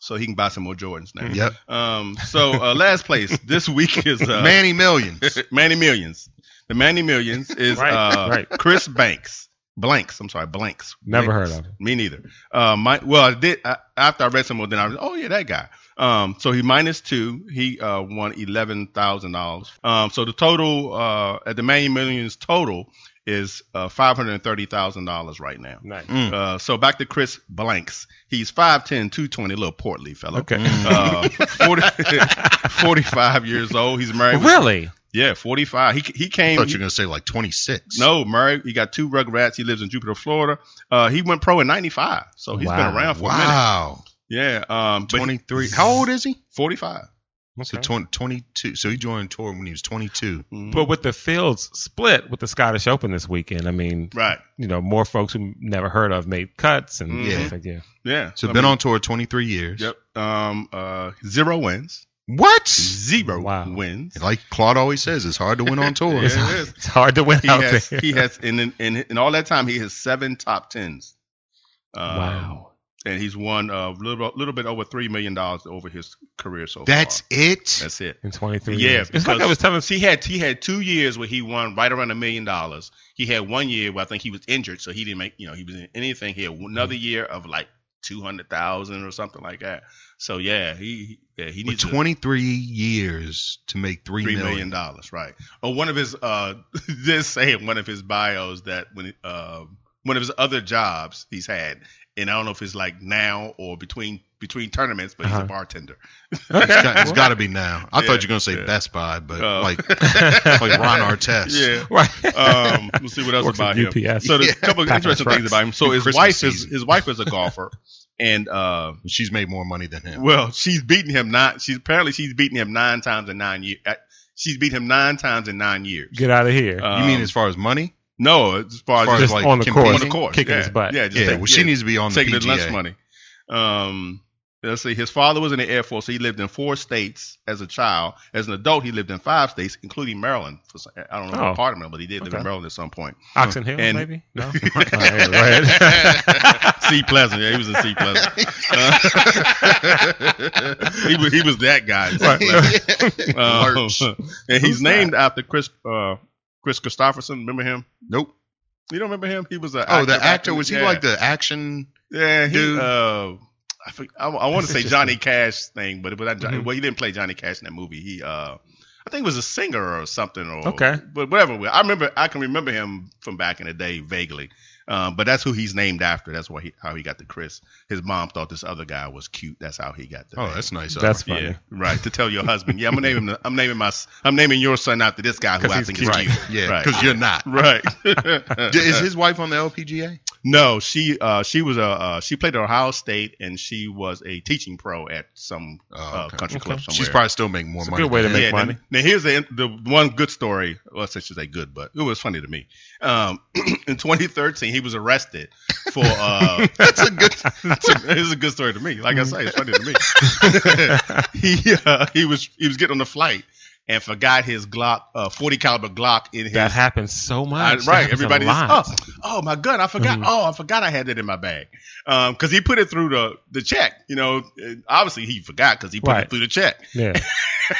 C: So he can buy some more Jordans now.
B: Yep.
C: Um. So uh, last
A: [LAUGHS]
C: place this week is uh,
B: Manny
C: [LAUGHS]
B: Millions.
C: Manny Millions. The Manny Millions is
A: Right,
C: uh,
A: right.
C: Chris Banks. Blanks. I'm sorry, Blanks.
A: Never
C: Blanks.
A: heard of him.
C: Me neither. Uh, my well, I did I, after I read some more. Then I was, oh yeah, that guy. Um, so he minus two. He uh won eleven thousand dollars. Um, so the total uh at the Manny Millions total is uh five hundred thirty thousand dollars right now.
A: Nice.
C: Uh, so back to Chris Blanks. He's 5'10", 220, little portly fellow.
A: Okay.
C: Uh, [LAUGHS] 40, 45 years old. He's married.
A: [LAUGHS]
C: with-
A: Really?
C: yeah, 45. He he
B: I
C: came.
B: thought you were going to say like 26.
C: no, Murray. He got two Rugrats. He lives in Jupiter, Florida. Uh, he went pro in '95, so he's
A: Wow.
C: been around for a minute.
B: Wow.
C: Yeah, um, but
B: 23. How old is he?
C: 45.
B: So
A: Okay.
B: 20, 22. So he joined tour when he was 22.
C: Mm-hmm.
A: But with the fields split with the Scottish Open this weekend, I mean,
C: Right.
A: you know, more folks who never heard of made cuts and
C: Mm. Yeah.
A: things like yeah.
C: Yeah.
B: So
C: I
B: been
C: mean,
B: on tour 23 years.
C: Yep. Um. Uh. Zero wins.
B: What?
C: Zero
A: Wow.
C: wins.
B: Like Claude always says, it's hard to win
C: [LAUGHS]
B: on tour.
C: Yeah, it is.
A: It's hard to win
C: He
A: out
C: has.
A: there.
C: He has. And in, in in all that time, he has seven top tens. Um,
A: Wow.
C: And he's won a little little bit over three million dollars over his career so
B: That's
C: far.
B: it?
C: That's it.
A: in 23
C: Yeah,
A: years. It's like
C: because-
A: I was telling
C: So he had he had two years where he won right around a million dollars. He had one year where I think he was injured, so he didn't make you know he was in anything. He had another
A: Mm-hmm.
C: year of like two hundred thousand or something like that. So yeah, he yeah he
B: With
C: needs
B: 23 years to make $3
C: three
B: million.
C: million dollars, right? Or one of his uh [LAUGHS] just saying one of his bios that when it, uh, one of his other jobs he's had, and I don't know if it's like now or between between tournaments, but he's
A: Uh-huh.
C: a bartender.
B: It's
A: [LAUGHS]
B: got-
C: [LAUGHS]
B: it's got to be now. I
C: Yeah,
B: thought you were going to say
C: yeah.
B: Best Buy, but
C: Oh.
B: like, like
C: [LAUGHS]
B: Ron Artest.
C: Yeah.
A: right.
C: [LAUGHS]
B: [LAUGHS]
C: Um, let's see what else
A: Works
C: about
A: at
C: him.
A: UPS.
C: So there's
B: Yeah.
C: a couple of
A: Packers
C: interesting
A: Rex.
C: things about him. So his
B: Christmas
C: wife
B: season.
C: is his wife is a golfer, and uh,
B: She's made more money than him.
C: well, she's beaten him nine. She's apparently she's beaten him nine times in nine years. She's beaten him nine times in nine years.
A: [LAUGHS] Get out of here.
B: you mean
C: Um,
B: as far as money?
C: no? As far as,
B: far as,
A: Just
B: like,
A: on the
B: competing?
A: course.
C: on the course,
A: Kicking
C: yeah,
A: his butt.
C: Yeah, just
B: Yeah,
C: take-
B: well, she
C: yeah,
B: needs to be on the
C: taking his lunch
B: PGA. [LAUGHS]
C: money. [LAUGHS] Um, let's see. His father was in the Air Force. So he lived in four states as a child. As an adult, he lived in five states, inclling Maryland. For some- I don't know
A: Oh.
C: what part of Maryland, but he did live
A: Okay.
C: in Maryland at some point.
A: Oxen Hill,
C: and- [LAUGHS]
A: maybe? No? Oh, All right, go ahead.
C: C Pleasant. Yeah, he was in
B: [LAUGHS]
C: C Pleasant. Uh, he was he was that guy. in C.
B: [LAUGHS]
C: Pleasant. Uh,
B: Lurch.
C: [LAUGHS] and he's
A: Who's that?
C: named after Chris uh, Chris Christopherson. Remember him?
B: Nope.
C: You don't remember him? He was a
B: Oh, the
C: back
B: actor
C: in-
B: was he
C: yeah.
B: like the action?
C: yeah he
B: dude?
C: uh I, forg- I, want
A: That's
C: to say
A: interesting.
C: Johnny Cash thing, but it was not Johnny.
A: Mhm.
C: Well, he didn't play Johnny Cash in that movie. He uh I think he was a singer or something, or
A: Okay.
C: but whatever. I remember, I can remember him from back in the day vaguely. Um, but that's who he's named after. That's why he, how he got the Chris. His mom thought this other guy was cute. That's how he got the.
B: Oh,
C: name.
B: that's nice.
A: That's
B: Albert.
A: funny.
C: yeah, right. To tell your husband, yeah, I'm gonna name him. the- I'm naming my. s- I'm naming your son after this guy who
A: 'Cause
C: I
A: he's
C: think
A: cute.
C: is
B: right.
C: cute.
B: Yeah,
C: Right.
B: because you're not.
C: [LAUGHS] Right.
B: D- Is his wife on the LPGA?
C: No, she uh, she was a uh, she played at Ohio State and she was a teaching pro at some
B: Oh, okay.
C: uh, country club somewhere.
B: She's probably still making more
A: It's a
B: money.
A: good way to
B: than
A: make
B: him.
C: yeah,
A: money.
C: Now, now here's the the one good story. Well, I should say good, but it was funny to me. Um, [CLEARS THROAT] in 2013, he was arrested for.
B: [LAUGHS]
C: Uh, [LAUGHS]
B: That's
A: [LAUGHS]
B: a good.
C: it's, a, it's a good story to me. Like I say, it's funny to me. [LAUGHS] he uh, he was he was getting on the flight and forgot his Glock uh, 40 caliber Glock in his
A: [LAUGHS] That happens so
C: I-
A: much. That
C: right.
A: happens a
C: Everybody
A: lot.
C: just, oh, oh my God, I forgot.
A: Mhm.
C: Oh, I forgot I had that in my bag. Um, cause he put it through the, the check, you know, and obviously he forgot cause he put
A: Right.
C: it through the check [LAUGHS]
A: Yeah.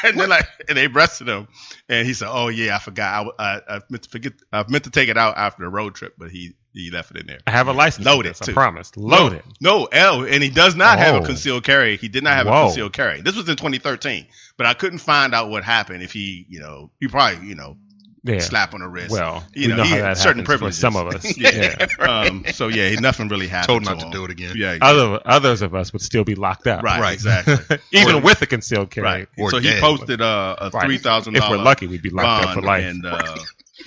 C: and they're like, and they arrested him. And he said, oh yeah, I forgot. I, I, I meant to forget. I meant to take it out after the road trip, but he, he left it in there.
A: I have a license. for
C: Loaded,
A: this, I
C: too.
A: promise. Loaded.
C: No, L, and he does not have
A: Oh.
C: a concealed carry. He did not have
A: Whoa.
C: a concealed carry. This was in 2013, but I couldn't find out what happened. If he, you know, he probably, you know,
A: Yeah.
C: slap on the wrist.
A: Well,
C: you know,
A: we know
C: he
A: how
C: had
A: that
C: certain
A: happens for
C: privileges.
A: some of us.
C: [LAUGHS] yeah.
A: yeah.
C: Um, so yeah, he- nothing really
B: Told
C: happened.
B: not
C: to
B: to
C: him.
B: do it again.
C: Yeah,
A: Other others of us would still be locked up.
C: right,
B: Right.
C: exactly.
A: [LAUGHS] Even
C: Or-
A: with a concealed carry.
C: right.
B: Or
C: so he
B: dead.
C: posted uh, a
A: Right.
C: three thousand
A: If we're
C: dollar
A: lucky, we'd be locked up
C: bond,
A: for life.
C: and uh,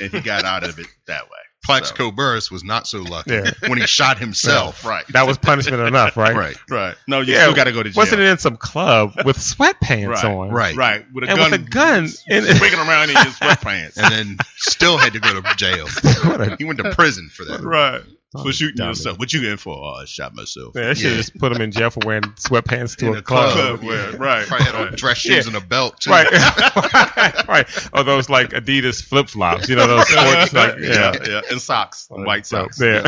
C: and he got out of it that way.
B: Plaxico Burris was not so lucky
A: Yeah.
B: when he shot himself.
C: [LAUGHS] Right,
A: that was punishment enough, right?
B: Right.
C: [LAUGHS] right. No, you still got to go to jail.
A: Wasn't it in some club with sweatpants
C: Right,
A: on?
B: Right.
C: right with a
A: And
C: gun,
A: with a
C: [LAUGHS]
A: gun. And
C: swinging around in his
A: [LAUGHS]
C: sweatpants.
B: And then still had to go to jail.
A: what a,
B: He went to prison for that.
C: right. For
A: Dumb-
C: shooting
A: dumb
C: yourself. What you in for? Oh, I shot myself.
A: man, I should
B: Yeah.
A: just put him in jail for wearing sweatpants to
B: In
A: a,
B: a
A: club.
B: [LAUGHS] club.
C: Clubwear,
B: yeah.
C: Right.
B: Probably had on dress shoes
A: Yeah.
B: and a belt too.
A: Right. [LAUGHS] right. Or those like Adidas flip flops, you know, those sports like yeah.
C: yeah, yeah, and socks, white
A: So
C: socks. [LAUGHS]
A: there.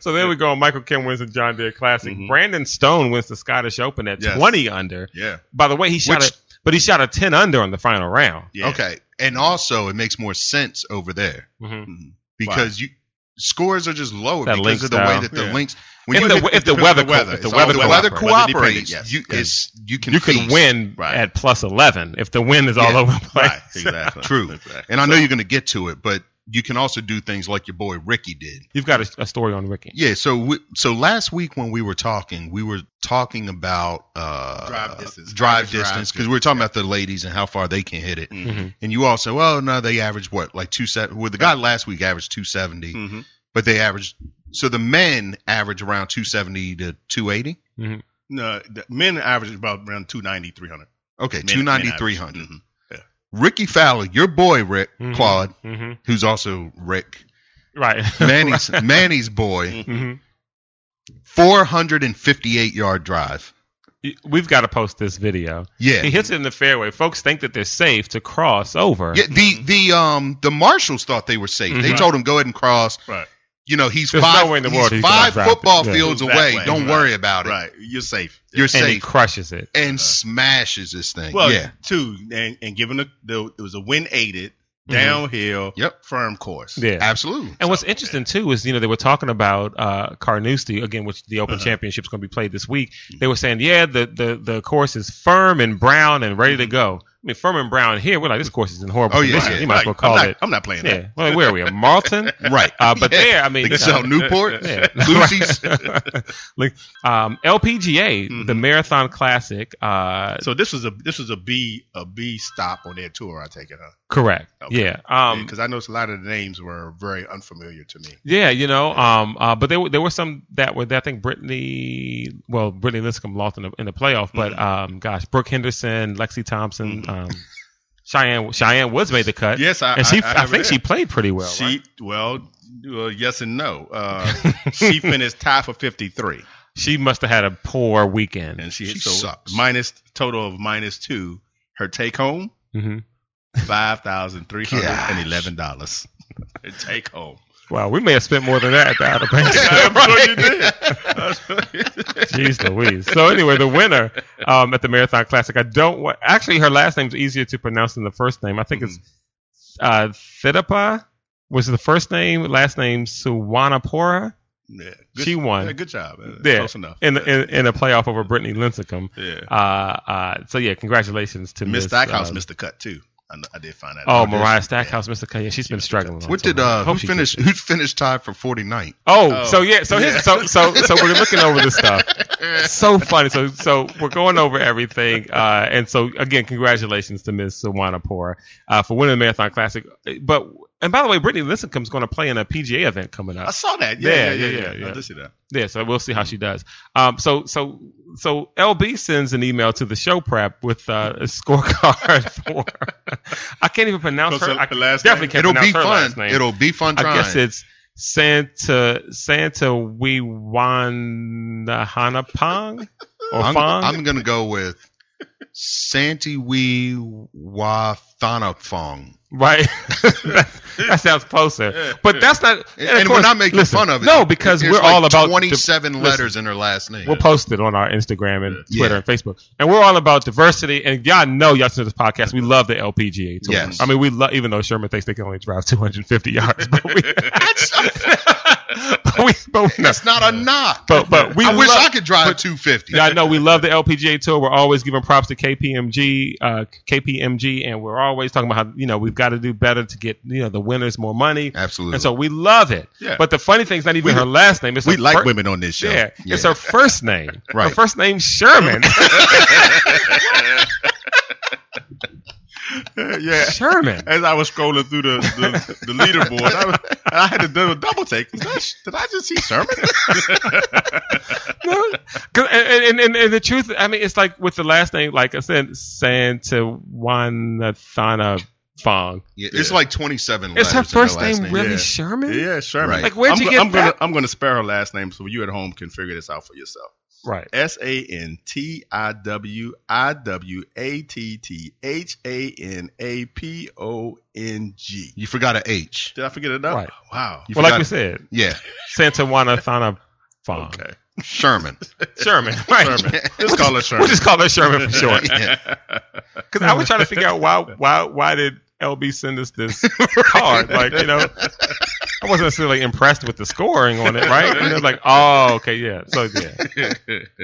A: so there we go. Michael Kim wins the John Deere Classic.
C: Mhm.
A: Brandon Stone wins the Scottish Open at
C: Yes.
A: 20 under.
C: Yeah,
A: By the way, he shot
B: Which-
A: a, but he shot a 10 under on the final round.
C: yeah.
B: Okay. And also, it makes more sense over there
A: Mhm.
C: Mhm.
B: because you scores are just lower
A: That link
B: because of the
A: style.
B: way that the
C: Yeah.
B: links.
A: If
B: you
A: the-
B: hit-
A: if the
B: depends
A: weather
B: on
A: co- if the weather
B: It's all weather
C: cooperates. Weather dependent,
B: cooperates,
C: yes.
B: you, it's, you can
A: You can
B: feast.
A: win
C: Right.
A: at plus 11 if the wind is all
B: Yeah.
A: over the place.
C: Right, exactly.
B: True.
C: Exactly.
B: And I know you're going to get to it, but you can also do things like your boy Ricky did.
A: [LAUGHS] You've got a, a story on Ricky.
B: Yeah. So we, so last week when we were talking, we were talking about uh,
C: Drive distance.
B: drive
C: Drive distance.
B: distance, because we were talking about the ladies and how far they can hit it.
C: Mhm.
A: Mhm.
B: And you all said, well, no, they average what, like two seven. Well, the guy last week averaged two
C: Mhm.
B: but they average. So the men average around two seventy to two eighty.
C: No, the men average about around 290, 300.
B: Okay,
C: Men-
B: two ninety
C: men average.
B: three hundred.
C: Mhm.
A: Mm-hmm.
B: Ricky Fowler, your boy Rick
A: Mhm.
B: Claude,
A: Mhm.
B: who's also Rick
A: Right. [LAUGHS]
B: Manny's Manny's boy,
A: Mhm.
B: four hundred and fifty eight yard drive.
A: We've got to post this video.
B: Yeah,
A: He hits it in the fairway. Folks think that they're safe to cross over.
B: Yeah, the
A: Mm-hmm.
B: the um the marshals thought they were safe. They
A: Mhm.
B: told him go ahead and cross.
C: Right.
B: You know he's
A: There's
B: five.
A: no way in the
B: he's
A: world he's gonna
B: five
A: drive it.
B: football
A: Yeah.
B: fields
C: That
B: away.
C: way,
B: Don't
C: right.
B: worry about it.
C: Right. You're safe.
B: You're
A: and he uh,
B: safe.
A: crushes it.
B: and smashes this thing.
C: Well,
B: yeah.
C: two, and, and given the, the, it was a wind aided, downhill,
B: Yep.
C: firm course.
A: Mm-hmm. Yeah.
B: Absolutely.
A: And what's interesting too is you know they were talking about uh, Carnoustie again, which the Open
C: Uh-huh.
A: Championship's going to be played this week.
B: Mm-hmm.
A: They were saying, yeah, the the the course is firm and brown and ready to go. I mean, firm and brown here. We're like, this course is in horrible
B: Mm-hmm. Oh, yeah,
A: condition.
B: yeah,
A: you might as well
C: Right.
A: call
C: I'm not,
A: it.
C: I'm not playing that.
A: yeah. Well, where are we? At Marlton.
B: [LAUGHS] Right.
A: Uh, but there, I mean, [LAUGHS]
B: They
A: uh,
B: sell Newport,
A: Yeah. [LAUGHS]
B: Lucy's.
A: like, um, LPGA, the
B: Mm-hmm.
C: Mhm.
A: Marathon Classic. Uh,
C: So this was a this was a B a B stop on their tour. I take it, huh?
A: correct.
C: Okay.
A: Yeah. Um,
C: Because I noticed a lot of the names were very unfamiliar to me.
A: Yeah, you know, um, uh, but there were there were some that were I think Brittany, well, Brittany Linscomb lost in the in the playoff, but
C: Mhm.
A: um, gosh, Brooke Henderson, Lexi Thompson,
C: Mhm.
A: um, Cheyenne Cheyenne Woods made the cut,
C: Yes, I.
A: and she
C: I,
A: I,
C: I have it
A: think she [LAUGHS]
C: there.
A: played pretty well.
C: She
A: right?
C: well, well, yes and no.
A: [LAUGHS]
C: Uh, she finished tied for fifty three,
A: she must have had a poor weekend.
C: and she,
B: She
C: so
B: sucks.
C: minus total of minus two. Her
A: [LAUGHS]
C: take home
A: Mhm.
C: five thousand three hundred and
A: [LAUGHS]
C: eleven dollars. Her take home.
A: Wow, we may have spent more than that at the Outer
C: [LAUGHS]
A: Banks. [LAUGHS] Jeez Louise. So anyway, the winner um, at the Marathon Classic. I don't wa- actually her last name's easier to pronounce than the first name. I think
B: Hmm.
A: it's uh, Thidapa was the first name. Last name Suwanapura.
C: Yeah,
A: She won.
C: Yeah, good job. Uh,
A: Yeah.
C: Close enough.
A: in the in, in a playoff over Brittany Lincecum.
C: yeah.
A: Uh, uh, so yeah, congratulations to Miss,
C: Miss Stackhouse
A: uh,
C: missed the cut too. I, kn- I did find that.
A: Oh,
C: out.
A: Mariah Stackhouse, Mr. Kanye. She's been struggling.
B: What
A: on
B: did
A: something.
B: uh,
A: Hope
B: who
A: she
B: finished?
A: gets
B: Who finished tied for 49th?
A: Oh,
C: Oh.
A: so yeah, so here's, so so so we're looking over this stuff. So funny. So so we're going over everything. Uh, and so again, congratulations to Miss Sawana Poor uh, for winning the Marathon Classic. But and by the way, Brittany Lincecum's going to play in a PGA event coming
C: I
A: up.
C: saw that. Yeah, yeah, yeah. yeah,
A: yeah.
C: I did see that.
A: Yeah, so we'll see how she does. Um, so so so LB sends an email to the show prep with uh, a scorecard [LAUGHS] for. I can't even pronounce her.
C: Pronounce
A: I
C: her last
A: definitely
C: name?
A: can't
B: It'll
A: pronounce
B: be
A: her
B: fun.
A: last name.
B: It'll be fun
A: I
B: trying.
A: guess it's Santa Santa We Hanapong or
B: I'm,
A: Fong.
B: I'm gonna go with Santi Wee Wathanafong.
A: right, [LAUGHS] that, that sounds closer. But that's not.
B: And,
A: of
B: and
A: course-
B: we're not making
A: listen,
B: fun of it.
A: No, because
B: There's
A: we're
B: like
A: all about the-
B: 27
A: listen,
B: letters in her last name.
A: We'll post it on our Instagram and
B: Yeah.
A: Twitter and Facebook. And we're all about diversity. And y'all know y'all listen to this podcast. We love the LPGA tour.
B: Yes.
A: I mean, we love even though Sherman thinks they can only drive 250 yards, but
B: [LAUGHS]
A: we, [LAUGHS] but we, but we
B: That's not a knock.
A: But but we
B: I wish
A: love-
B: I could drive 250.
A: yeah, I know we love the LPGA tour. We're always giving props to KPMG, uh, KPMG, and we're always talking about how you know we've got to do better to get you know the winners more money.
B: Absolutely.
A: And so we love it.
C: Yeah.
A: But the funny thing is not even
B: We-
A: her last name. It's
B: we
A: her
B: like
A: fir-
B: women on this show.
A: Yeah, it's her first name. Her
B: Right.
A: first name Sherman.
C: [LAUGHS] yeah.
A: Sherman.
C: As I was scrolling through the the, the leaderboard, I, was, I had to do a double take. Is that, did I just
A: [LAUGHS]
C: see Sherman?
A: No. 'Cause- and, and, and, and the truth, I mean, it's like with the last name, like I said, Santa Wanathana Fong.
B: Yeah, it's like 27
A: Is
B: letters.
A: her first
B: in her last
A: name really
C: Yeah.
A: Sherman?
C: yeah, Sherman.
B: Right.
A: Like, where'd
C: I'm
A: you
C: go-
A: get
C: I'm
A: that?
C: Gonna, I'm going to spare her last name so you at home can figure this out for yourself.
A: Right.
C: S A N T I W I W A T T H A N A P O N G.
B: You forgot an H.
C: Did I forget it up?
A: Right.
C: Wow.
B: You
A: well, like
B: forgot-
A: we said,
B: Yeah,
A: Santa Wanathana Fong.
C: Okay.
B: Sherman.
A: Sherman. [LAUGHS] Right.
C: Sherman. Let's call her
A: We'll
C: Sherman.
A: just call her Sherman for short.
B: [LAUGHS]
C: [LAUGHS]
B: Yeah.
A: Because I was trying to figure out why why why did LB send us
C: [LAUGHS]
A: this card? Like you know, I wasn't necessarily impressed with the scoring on it, right? And it was like, oh, okay, yeah. So yeah,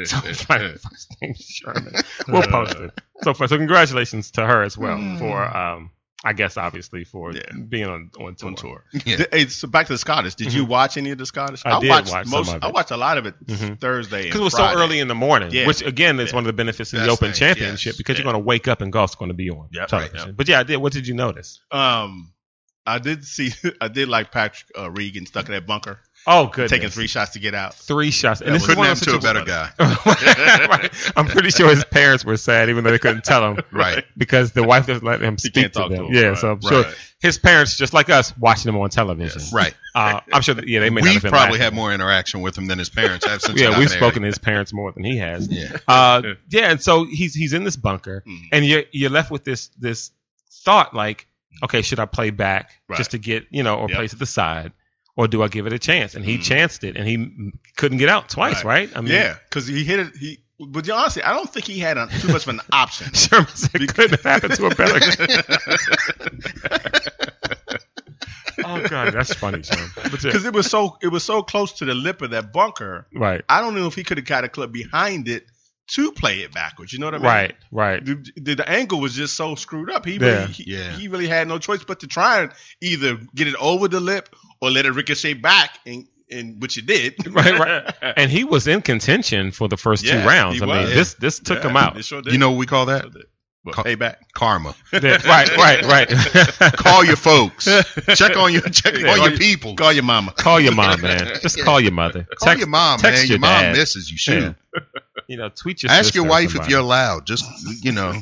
A: so [LAUGHS] my first name Sherman. We'll post it. So far, so congratulations to her as well for um, I guess obviously for
C: Hmm. Yeah.
A: being on on tour.
C: On tour.
B: Yeah.
C: Did- [LAUGHS] hey, so back to the Scottish. Did you watch any of the Scottish?
A: Mm-hmm. I did
C: watched
A: watch some
C: most.
A: of it.
C: I watched a lot of it
A: Mhm.
C: Thursday
A: Because it was so early in the morning,
C: Yeah.
A: which again is one of the benefits of the
B: That's
A: Open
B: nice,
A: Championship
B: yes.
A: because
C: Yeah.
A: you're going to wake up and golf's going to be on
C: Yeah, right,
A: television. But yeah, I did. What did you notice?
C: Um, I did see. [LAUGHS] I did like Patrick uh, Reed getting stuck in that bunker,
A: Oh, goodness.
C: taking three shots to get out.
A: three shots. And
B: I
A: this is
B: couldn't
A: one of
B: have
A: those
B: to a
A: situations-
B: better
A: [LAUGHS]
B: guy.
A: Right. I'm pretty sure his parents were sad, even though they couldn't tell
C: [LAUGHS]
A: him.
B: Right.
A: Because the wife doesn't let him speak
C: can't
A: to
C: talk
A: them.
C: to him,
A: yeah,
C: right,
A: so I'm sure
C: right.
A: his parents, just like us, watching him on television.
B: Right.
A: Uh, I'm sure. That, yeah, they may not
B: We've
A: have been
B: probably
A: laughing.
B: had more interaction with him than his parents have since. he
A: Yeah,
B: got
A: we've
B: married.
A: spoken to his parents more than he has.
B: Yeah.
A: Uh, yeah, and so he's he's in this bunker,
C: Mhm.
A: and you're you're left with this this thought like, okay, should I play back
C: Mm-hmm. Right.
A: just to get you know, or
C: Yep.
A: place it to the side, or do I give it a chance? And he
C: Mhm.
A: chanced it, and he m- couldn't get out twice, right? I [LAUGHS]
C: yeah, because he hit it. He, but you honestly, I don't think he had a, too much of an option.
A: [LAUGHS] Sherman said, couldn't have happened to a better guy.
C: [LAUGHS]
A: oh, God, that's funny, Sherman. But yeah,
C: Because it was so it was so close to the lip of that bunker.
A: right,
C: I don't know if he could have got a club behind it to play it backwards. You know what I mean?
A: right, right.
C: The, the, the angle was just so screwed up. He
A: Yeah.
C: really, he,
B: Yeah.
C: he really had no choice but to try and either get it over the lip or let it ricochet back, and and which it did.
A: [LAUGHS] Right, right,
C: [LAUGHS]
A: and he was in contention for the first
C: Yeah,
A: two rounds.
C: he
A: I mean,
C: was.
A: this this took
C: Yeah,
A: him out.
C: [LAUGHS] it sure did.
B: You know what we call that?
C: Well, payback.
B: Karma.
A: Yeah, right, right,
C: [LAUGHS]
A: right.
B: Call your folks. check on your check
C: Yeah,
B: on
C: call
B: your
C: your-
B: people.
C: Call your mama.
A: call your
B: [LAUGHS]
A: mom, man. Just call your mother.
B: Call your mom,
A: text
B: man.
A: your
B: Your mom
A: dad.
B: misses you. Shoot.
A: You know, tweet your.
B: Ask
A: sister
B: your
A: or
B: wife if
A: somebody.
B: you're loud. Just you know.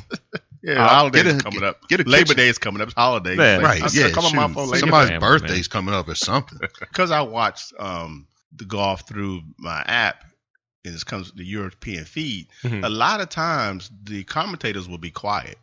C: Yeah,
B: I'll
C: [LAUGHS] holidays
B: get a-
C: coming
B: get-
C: up.
B: get a
C: Labor
B: kitchen.
C: Day is coming up. It's holidays.
A: Yeah.
C: Like,
B: Right.
C: I said,
B: Yeah.
C: Come on,
B: shoot.
C: my phone later.
B: Somebody's
A: Family, man.
B: birthday's coming up or something.
C: because I watched um, the golf through my app, and this comes to the European feed.
A: Mhm.
C: A lot of times the commentators will be quiet.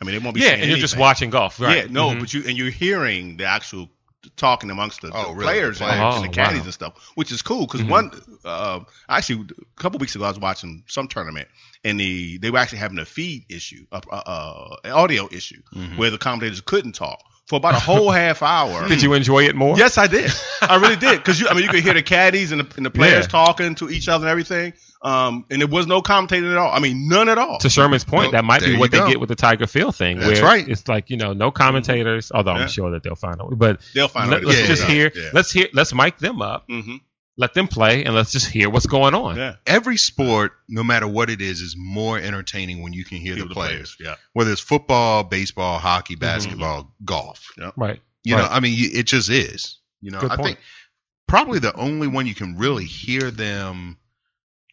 C: I mean, they won't be.
A: Yeah,
C: saying
A: and you're just
C: anything.
A: watching golf, right?
C: Yeah, no,
A: Mhm.
C: but you and you're hearing the actual talking amongst the, the
B: Oh, really?
C: players,
B: The
C: and-
A: players.
C: and the
A: Oh,
C: caddies
A: wow.
C: and stuff, which is cool because
A: Mhm.
C: one uh, actually a couple weeks ago I was watching some tournament and the they were actually having a feed issue, a, a, a, an audio issue where the commentators couldn't talk. for about
A: [LAUGHS]
C: a whole half hour.
A: Mm-hmm. Did you enjoy it more?
C: [LAUGHS] Yes, I did. I really did because you. I mean, you could hear the caddies and the, and the players
A: Yeah.
C: talking to each other and everything. Um, and there was no commentating at all. I mean, none at all.
A: To Sherman's point,
B: Well,
A: that might be
B: there
A: what
B: you
A: they
B: go.
A: get with the Tiger Phil thing.
B: That's
A: where
B: right.
A: It's like you know, no commentators. Although
C: Yeah.
A: I'm sure that they'll find a way. But
C: They'll find
A: let,
C: out.
A: us
B: Yeah,
A: just
B: yeah,
A: hear.
B: yeah.
A: Let's hear. Let's mic them up.
C: hmm
A: Let them play, and let's just hear what's going on.
C: Yeah.
B: Every sport, no matter what it is, is more entertaining when you can hear the players.
C: Yeah.
B: Whether it's football, baseball, hockey,
C: Mm-hmm.
B: basketball, golf.
A: Right.
B: You
A: Right.
B: know, I mean, you, it just is. You know,
A: Good
B: I
A: point.
B: think probably the only one you can really hear them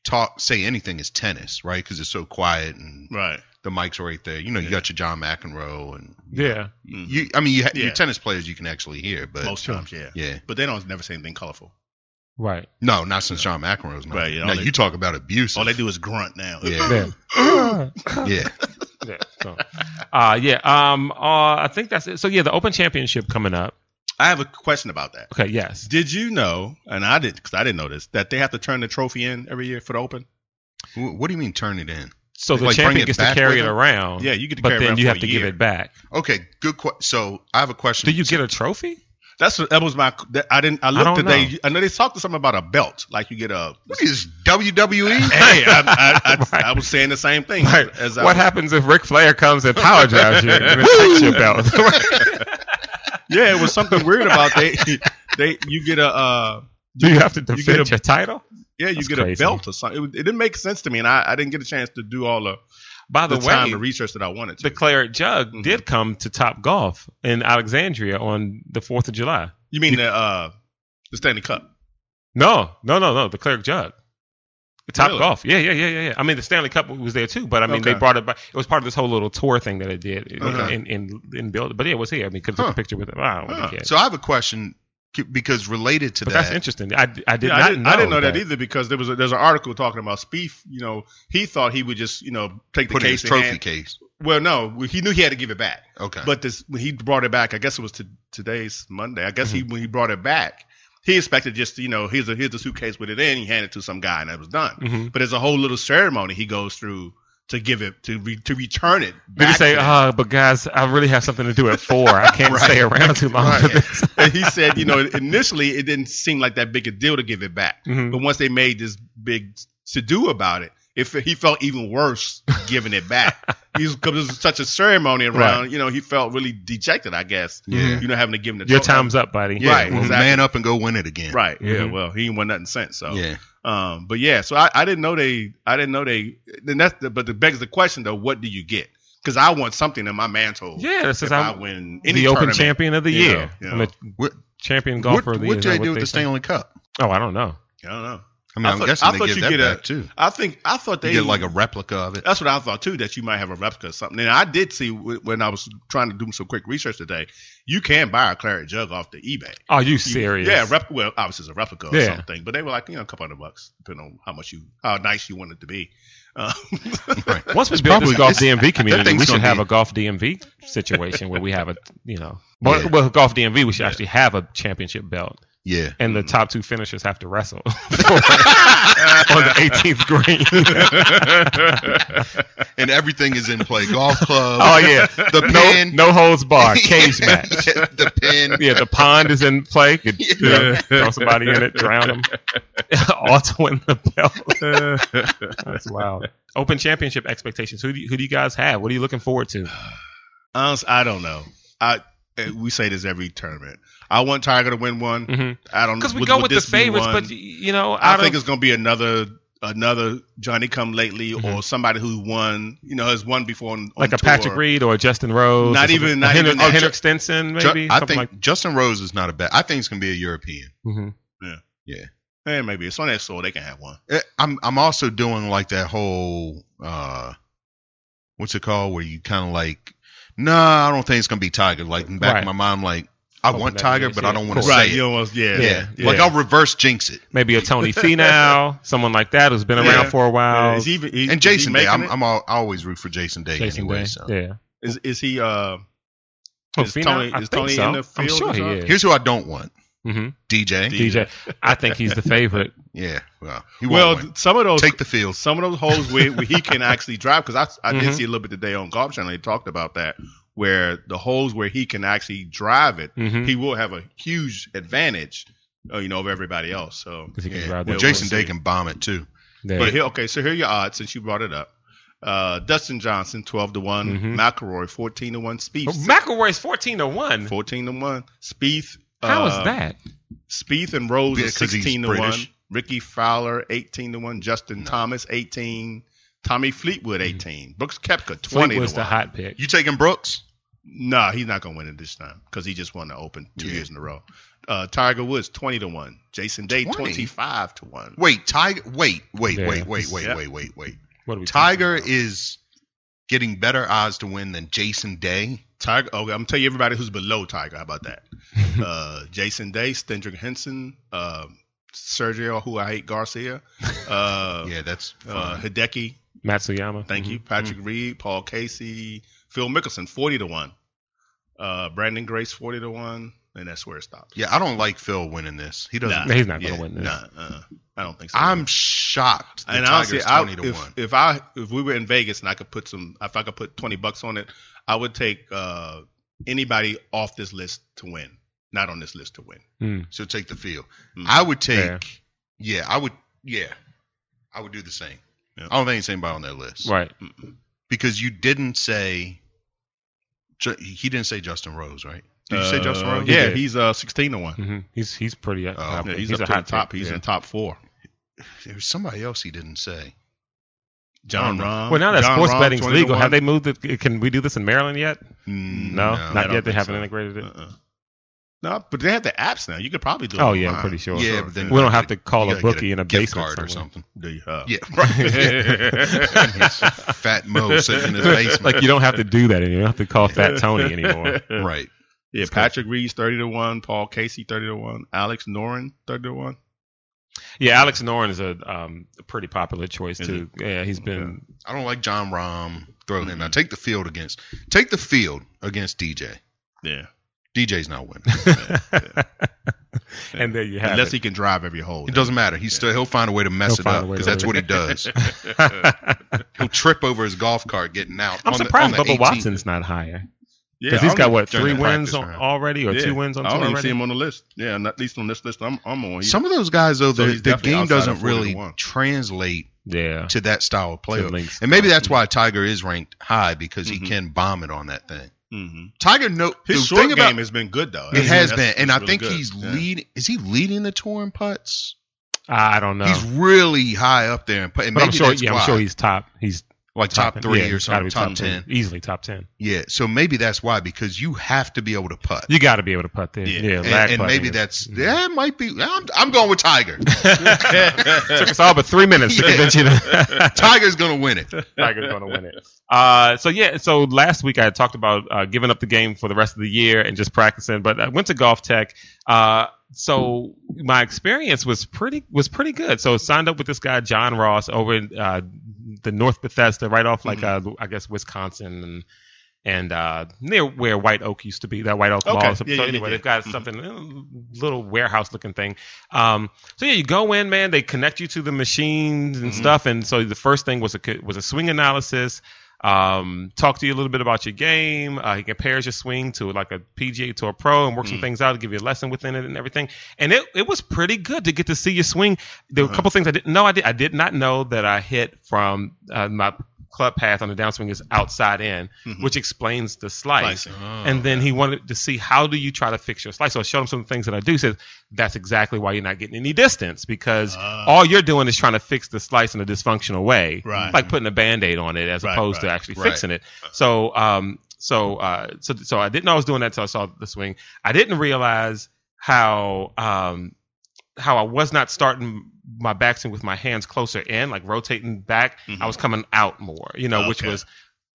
B: talk, say anything is tennis, right? Because it's so quiet and
C: Right.
B: the mic's right there. You know, you
C: Yeah.
B: got your John McEnroe and
A: Yeah.
C: Mm.
B: you. I mean, you, ha
C: Yeah.
B: your tennis players you can actually hear, but
C: Most times, yeah.
B: yeah,
C: But they don't never say anything colorful.
A: Right.
B: no, not since John McEnroe's. Not.
C: Right, yeah,
B: now
C: all they-
B: you talk about abuse.
C: All they do is grunt now. [LAUGHS]
B: Yeah,
A: Yeah.
B: yeah.
A: yeah. So, [LAUGHS] uh, yeah. Um. Uh, I think that's it. So yeah, the Open Championship coming up.
C: I have a question about that.
A: Okay. Yes.
C: Did you know, and I did because I didn't know this, that they have to turn the trophy in every year for the Open?
B: Wh- What do you mean turn it in?
A: So the
B: Like, bring
A: champion
B: it
A: gets to
B: back
A: carry
B: with
A: it
B: them?
A: around.
C: Yeah, you get to
A: But
C: carry it
A: then
C: around
A: you
C: for
A: have
C: a
A: to give
C: year.
A: it back.
B: Okay, good question. So I have a question.
A: Do you get a [LAUGHS] trophy?
C: That's what, that was my. That, I didn't. I looked
A: don't
C: today.
A: know.
C: I know they talked to something about a belt, like you get a.
B: What is E?
C: [LAUGHS]
B: WWE?
C: hey, I, I, I,
A: [LAUGHS] Right.
C: I was saying the same thing. As I,
A: what happens if Ric Flair comes and power drives you [LAUGHS] and it takes your belt? [LAUGHS]
C: Yeah, it was something weird about
A: [LAUGHS]
C: they. They you get a. Uh,
A: Do you have to
C: get
A: defend
C: a-
A: your title?
C: yeah, you
A: That's
C: get
A: crazy.
C: a belt or something. It, was- it didn't make sense to me, and I, I didn't get a chance to do all the,
A: By the,
C: the,
A: way,
C: time and research that I wanted to.
A: the Mm-hmm. Claret Jug
C: Mhm.
A: did come to Top Golf in Alexandria on the Fourth of July.
C: you mean the uh, the Stanley Cup?
A: No, no, no, no. The Claret Jug. The Top
C: Really?
A: Golf. Yeah, yeah, yeah, yeah, yeah. I mean, the Stanley Cup was there too, but I mean, they
C: Okay.
A: brought it back. It was part of this whole little tour thing that it did in,
C: Okay.
A: in, in, in build. But yeah, it was here. I mean, could
B: Huh.
A: took a picture with it. I don't
C: Huh.
A: really care.
B: So I have a question c- because related to
A: but that's
B: that.
A: interesting. I, I did
C: Yeah,
A: not
C: I, didn't,
A: know
C: I didn't know that, either because there was a, there's an article talking about Spieth. You know, he thought he would just you know take the
B: Put in
C: case
B: his
C: in
B: trophy
C: hand.
B: case.
C: Well, no, he knew he had to give it back.
B: Okay.
C: But this when he brought it back, I guess it was to, today's Monday. I guess
A: Mm-hmm.
C: he when he brought it back, he expected just you know here's a here's a suitcase with it in. He handed it to some guy and that was done.
A: Mhm.
C: But there's a whole little ceremony he goes through to give it to re, to return it.
A: Did he
C: back
A: say, [LAUGHS]
C: to-
A: "Ah, but guys, I really have something to do at four. I
C: [LAUGHS]
A: can't stay around too long for
B: Right.
A: this."
C: And he said, you know, initially it didn't seem like that big a deal to give it back,
A: Mhm.
C: but once they made this big to do about it, if he felt even worse giving
A: [LAUGHS]
C: it back. Because it was such a ceremony around, you know, he felt really dejected, I guess.
B: Yeah.
C: You know, having to give him the
A: Your
C: trophy.
A: time's up, buddy.
B: yeah,
C: right,
B: well,
C: exactly.
B: man up and go win it again.
C: Right. Yeah.
A: Mhm.
C: Well, he ain't won nothing since. So.
B: Yeah.
C: Um. But yeah. So I, I didn't know they. I didn't know they. Then that's. The, but the begs the question though. What do you get? Because I want something in my mantle.
A: Yeah, this
C: If
A: is
C: I
A: how
C: win any
A: the Open
C: tournament.
A: Champion of the
C: Yeah,
A: Year.
C: yeah.
A: I'm a
B: What,
A: champion
B: what,
A: golfer
B: what
A: of the
B: did
A: year.
B: they
A: is that
B: do
A: what
B: with the
A: say?
B: Stanley Cup?
A: Oh, I don't know.
C: I don't know.
B: I mean,
C: I
B: I am
C: thought-
B: guessing
C: I
B: they
C: thought
B: give
C: you
B: that
C: get a-
B: back too.
C: I think. I thought they
B: You get like a replica of
C: [LAUGHS]
B: it.
C: That's what I thought too. That you might have a replica or something. And I did see w- when I was trying to do some quick research today. You can buy a claret jug off the eBay.
A: Are you serious?
C: Yeah, rep, well, obviously it's a replica or
A: Yeah.
C: something, but they were like, you know, a couple hundred bucks, depending on how much you, how nice you want it to be. [LAUGHS] Uh,
B: Right.
A: Once we build this
B: probably-
A: golf
B: it's-
A: DMV community,
B: thing's
A: we should
B: gonna
A: have
B: be-
A: a golf DMV situation where we have a, you know, well,
B: Yeah. Mm.
A: well, golf DMV, we should actually have a championship belt,
B: Yeah.
A: and the top two finishers have to wrestle [LAUGHS] on the
B: [LAUGHS]
A: 18th green.
B: And everything is in play. Golf club.
A: oh yeah,
B: The
A: no,
B: pin.
A: no holds
B: [LAUGHS]
A: bar, cage match.
B: the pin.
A: yeah, the pond is in play. You could, you know, throw somebody in it, drown them. [LAUGHS] All to win the belt.
B: [LAUGHS]
A: That's wild. Open championship expectations. Who do you, who do you guys have? What are you looking forward to?
C: Honestly, I don't know. I eh, we say this every tournament. I want Tiger to win one.
B: Mm-hmm.
A: Because
C: I don't
A: we
C: would-
A: go
C: would
A: with the
C: this be
A: favorites,
C: one?
A: but y- you know,
C: I
A: out of,
C: think it's gonna be another another Johnny Come Lately
A: Mm-hmm.
C: or somebody who won. You know, has won before on, on
A: like a
C: tour.
A: Patrick Reed or a Justin Rose.
C: Not
A: or
C: even-
A: something.
C: not
A: Henrik,
C: even that.
A: oh, Henrik Stenson,
B: Ju-
A: maybe.
B: I
A: something
B: think
A: Like,
B: Justin Rose is not a bad. I think it's gonna be a European.
A: Mhm.
C: Eh, maybe it's on that soul. They can have one.
B: Eh, I'm I'm also doing like that whole uh, what's it called? Where you kind of like, nah, I don't think it's gonna be Tiger. Like in the back
A: Right.
B: of my mind, I'm like I
A: Hoping
B: want
A: that
B: Tiger,
A: it is,
B: but
A: yeah.
B: I don't want to
A: Cool.
B: say
C: Right.
B: it.
C: You almost yeah.
B: Yeah.
C: yeah.
B: Like I'll reverse jinx it.
A: Maybe a
C: [LAUGHS]
A: Tony Finau, someone like that who's been around
C: Yeah.
A: for a
C: Yeah,
A: while.
C: is he, even- is-
B: um, And
C: is he
B: Jason Day,
C: making
B: I'm,
C: it?
B: I'm all, I always root for Jason Day
A: Jason
B: anyway.
A: Day.
B: So
A: Yeah.
C: Is, is he? Uh,
A: Oh,
C: Is
A: Finau?
C: Tony-
A: I
C: is
A: think
C: Tony
A: so.
C: in the
A: I'm
C: field
A: sure
C: or
A: he
C: something?
A: is.
B: here's who I don't want:
A: hmm
B: DJ.
A: DJ. I think he's the
C: [LAUGHS]
A: favorite.
B: Yeah, well, he
C: well,
B: won't win.
C: some of those
B: take the field. [LAUGHS]
C: some of those holes where, where he can actually drive because I, I
A: Mhm.
C: did see a little bit today on Golf Channel. They talked about that where the holes where he can actually drive it,
B: Mm-hmm.
A: Mhm.
C: he will have a huge advantage, uh, you know, of everybody else. So,
A: 'Cause he can
B: Yeah.
A: drive
B: Well,
A: that
B: Jason
A: one.
B: Day can bomb it too.
A: Yeah.
C: but here, okay, so here are your odds since you brought it up. Uh, Dustin Johnson, twelve to one.
B: Mm-hmm.
A: Mhm.
C: McElroy, fourteen to one.
B: Oh,
C: Spieth,
A: But McElroy's fourteen to one.
C: fourteen to one. Spieth.
A: How is
C: uh,
A: that?
C: Spieth and Rose
B: Yeah,
C: are
B: 'cause he's
C: 16 to
B: British.
C: 1. Ricky Fowler 18 to 1. Justin Thomas 18. Tommy Fleetwood
B: Mm-hmm.
C: 18. Brooks Kepka 20
A: Fleet was
C: to
A: the
C: 1.
A: hot pick.
B: You taking Brooks?
C: Nah, he's not going to win it this time because he just won the Open two
B: Yeah.
C: years in a row. Uh, Tiger Woods 20 to 1. Jason Day
B: 20?
C: 25 to 1.
B: Wait, Tiger. Wait, wait,
A: Yeah.
B: wait, wait, wait,
C: Yeah.
B: wait, wait, wait.
A: What are we
B: Tiger is getting better odds to win than Jason Day.
C: Tiger. Okay, I'm gonna tell you everybody who's below Tiger. How
A: [LAUGHS]
C: about that? uh, Jason Day, Stendrick Henson, uh, Sergio, who I
A: [LAUGHS]
C: hate, Garcia, uh,
B: yeah, that's
C: uh,
B: fine.
C: Hideki,
A: Matsuyama.
C: Thank you. Patrick
A: mm-hmm.
C: Reed, Paul Casey, Phil Mickelson, 40 to 1. Uh, Brandon Grace, 40 to 1. And that's where it stops.
B: yeah, I don't like Phil winning this. He doesn't.
A: He's not gonna
B: Yeah,
A: win this.
C: Nah, uh, I don't think so.
B: I'm shocked. That
C: and honestly,
B: Tiger's
C: I,
B: twenty to
C: if,
B: one.
C: if I if we were in Vegas and I could put some if I could put 20 bucks on it, I would take uh, anybody off this list to win. Not on this list to win.
A: Mm-hmm.
B: So take the field.
C: Mm.
B: I would take.
A: Yeah.
B: Yeah. I would. Yeah, I would do the same.
C: Yeah.
B: I don't think it's anybody on that list
A: Right.
B: because you didn't say. Ju- He didn't say Justin Rose, right? Did you say
C: Uh,
B: Justin Rose?
C: Yeah,
A: did.
C: he's uh, 16 to 1.
A: hmm He's he's pretty. Uh,
B: Oh,
C: Yeah,
A: he's,
C: he's,
A: a
C: up to
A: hot
C: the top.
A: pick,
C: He's
A: yeah.
C: in top four.
B: There was somebody else he didn't say.
C: John Rahm.
A: Well, now that
C: John
A: sports
C: Rahm,
A: betting's
C: 20 to
A: legal,
C: 1.
A: have they moved it? Can we do this in Maryland yet?
B: Mm,
A: No,
B: no.
C: I
A: not
C: don't
A: yet. They
C: think
A: haven't
C: so.
A: integrated
C: [LAUGHS]
A: it.
C: Uh-uh. No, but they have the apps now. You could probably do it.
A: Oh, yeah, I'm
C: online.
A: pretty sure.
B: Yeah, but then
A: we
B: you
A: don't
B: gotta
A: have to
B: get
A: call
B: you
A: a
B: gotta get
A: bookie in a
B: gift
A: basement
B: card or
A: somewhere.
B: something.
C: Do you? Uh,
B: Yeah,
A: [LAUGHS]
B: right. It's Fat Mo sitting in his
A: [LAUGHS]
B: basement.
A: like you don't have to do that anymore. You don't have to call Fat Tony
C: [LAUGHS]
A: anymore.
B: right.
C: Yeah, Patrick Reed's thirty to one, Paul Casey thirty to one, Alex Noren thirty to one.
A: Yeah, Alex Noren is a um, a pretty popular choice
C: Is
A: too. Yeah, he's been.
B: I don't like John Rahm. Throw him out. Take the field against. Take the field against DJ.
C: Yeah,
B: DJ's not winning.
A: [LAUGHS] and there you have
C: unless
A: it. [LAUGHS]
C: he can drive every hole.
B: It doesn't matter. He still he'll find a way to mess
A: He'll
B: it
A: find
B: up
A: a way
B: because
A: to
B: that's
A: win.
B: what he does. he'll trip over his golf cart getting out.
A: I'm
B: on the-
A: surprised
B: on the
A: Bubba
B: 18th.
A: Watson's not higher
C: Yeah,
A: because
C: I
A: he's
C: don't
A: got
C: even-
A: what
B: during
A: three
B: the
A: wins
B: practice
A: on,
B: round.
A: already or
C: yeah,
A: two wins on
C: I don't
A: tour
C: even see
A: already.
C: him on the list. Yeah, not, at least on this list I'm, I'm on. He-
B: Some of those guys though,
C: So
B: their,
C: he's
B: their
C: definitely
B: game
C: outside of
B: doesn't
C: 40 to
B: really
C: one.
B: translate
A: yeah,
B: to that style of
A: To
B: player.
A: links.
B: And maybe that's why Tiger is ranked high because he
C: Mhm.
B: can bomb it on that thing.
C: Mhm.
B: Tiger, no,
C: His
B: the
C: short
B: thing
C: game
B: about
C: has been good though.
B: it
C: That's-
B: has been,
C: that's-
B: and I
C: that's really
B: think
C: good.
B: he's
C: Yeah.
B: leading. Is he leading the tour in putts?
A: I don't know.
B: He's really high up there in putts.
A: but I'm sure. Yeah, I'm sure he's top. He's
B: like top, three
A: yeah,
B: or
A: he's gotta
B: something,
A: be
B: top, ten.
A: three. easily top ten.
B: Yeah, so maybe that's why because you have to be able to putt.
A: You got to be able to putt there.
C: Yeah.
A: Yeah,
B: and,
A: lag
B: and
A: putting
B: maybe
A: is-
B: that's that might be. I'm, I'm going with Tiger.
A: took
B: [LAUGHS]
A: us all but three minutes to
B: Yeah.
A: convince you that
B: [LAUGHS] Tiger's gonna win it.
A: Tiger's going to win it. Uh, so yeah, so last week I had talked about uh, giving up the game for the rest of the year and just practicing, but I went to Golf Tech. Uh, so my experience was pretty was pretty good. So I signed up with this guy John Ross over in uh, the North Bethesda, right off like
B: Mm-hmm.
A: uh, I guess Wisconsin and and uh, near where White Oak used to be, that White Oak
C: Okay.
A: Mall. So,
C: Yeah,
A: so
C: yeah,
A: anyway,
C: yeah.
A: they've got something a little warehouse looking thing. Um, so yeah, you go in, man. They connect you to the machines
C: Mm-hmm.
A: and stuff. And so the first thing was a co- was a swing analysis. Um, talk to you a little bit about your game. Uh, he compares your swing to like a PGA Tour Pro and works
C: Mm.
A: some things out, give you a lesson within it and everything. And it, it was pretty good to get to see your swing. There were
C: Uh-huh.
A: a couple things I didn't know. I did I did not know that I hit from uh, my club path on the downswing is outside in, which explains the slice.
C: Mm-hmm. Slicing.
A: And then he wanted to see how do you try to fix your slice. So I showed him some things that I do. He says that's exactly why you're not getting any distance because
C: Ah.
A: all you're doing is trying to fix the slice in a dysfunctional way,
C: Right.
A: like putting a band-aid on it as
C: Right,
A: opposed to
C: right,
A: actually
B: right.
A: fixing it. So, um, so, uh, so, so I didn't know I was doing that until I saw the swing. I didn't realize how um, how I was not starting my backswing with my hands closer in, like rotating back. I was coming out more, you know, which
C: Mm-hmm. Okay. Mm-hmm.
A: was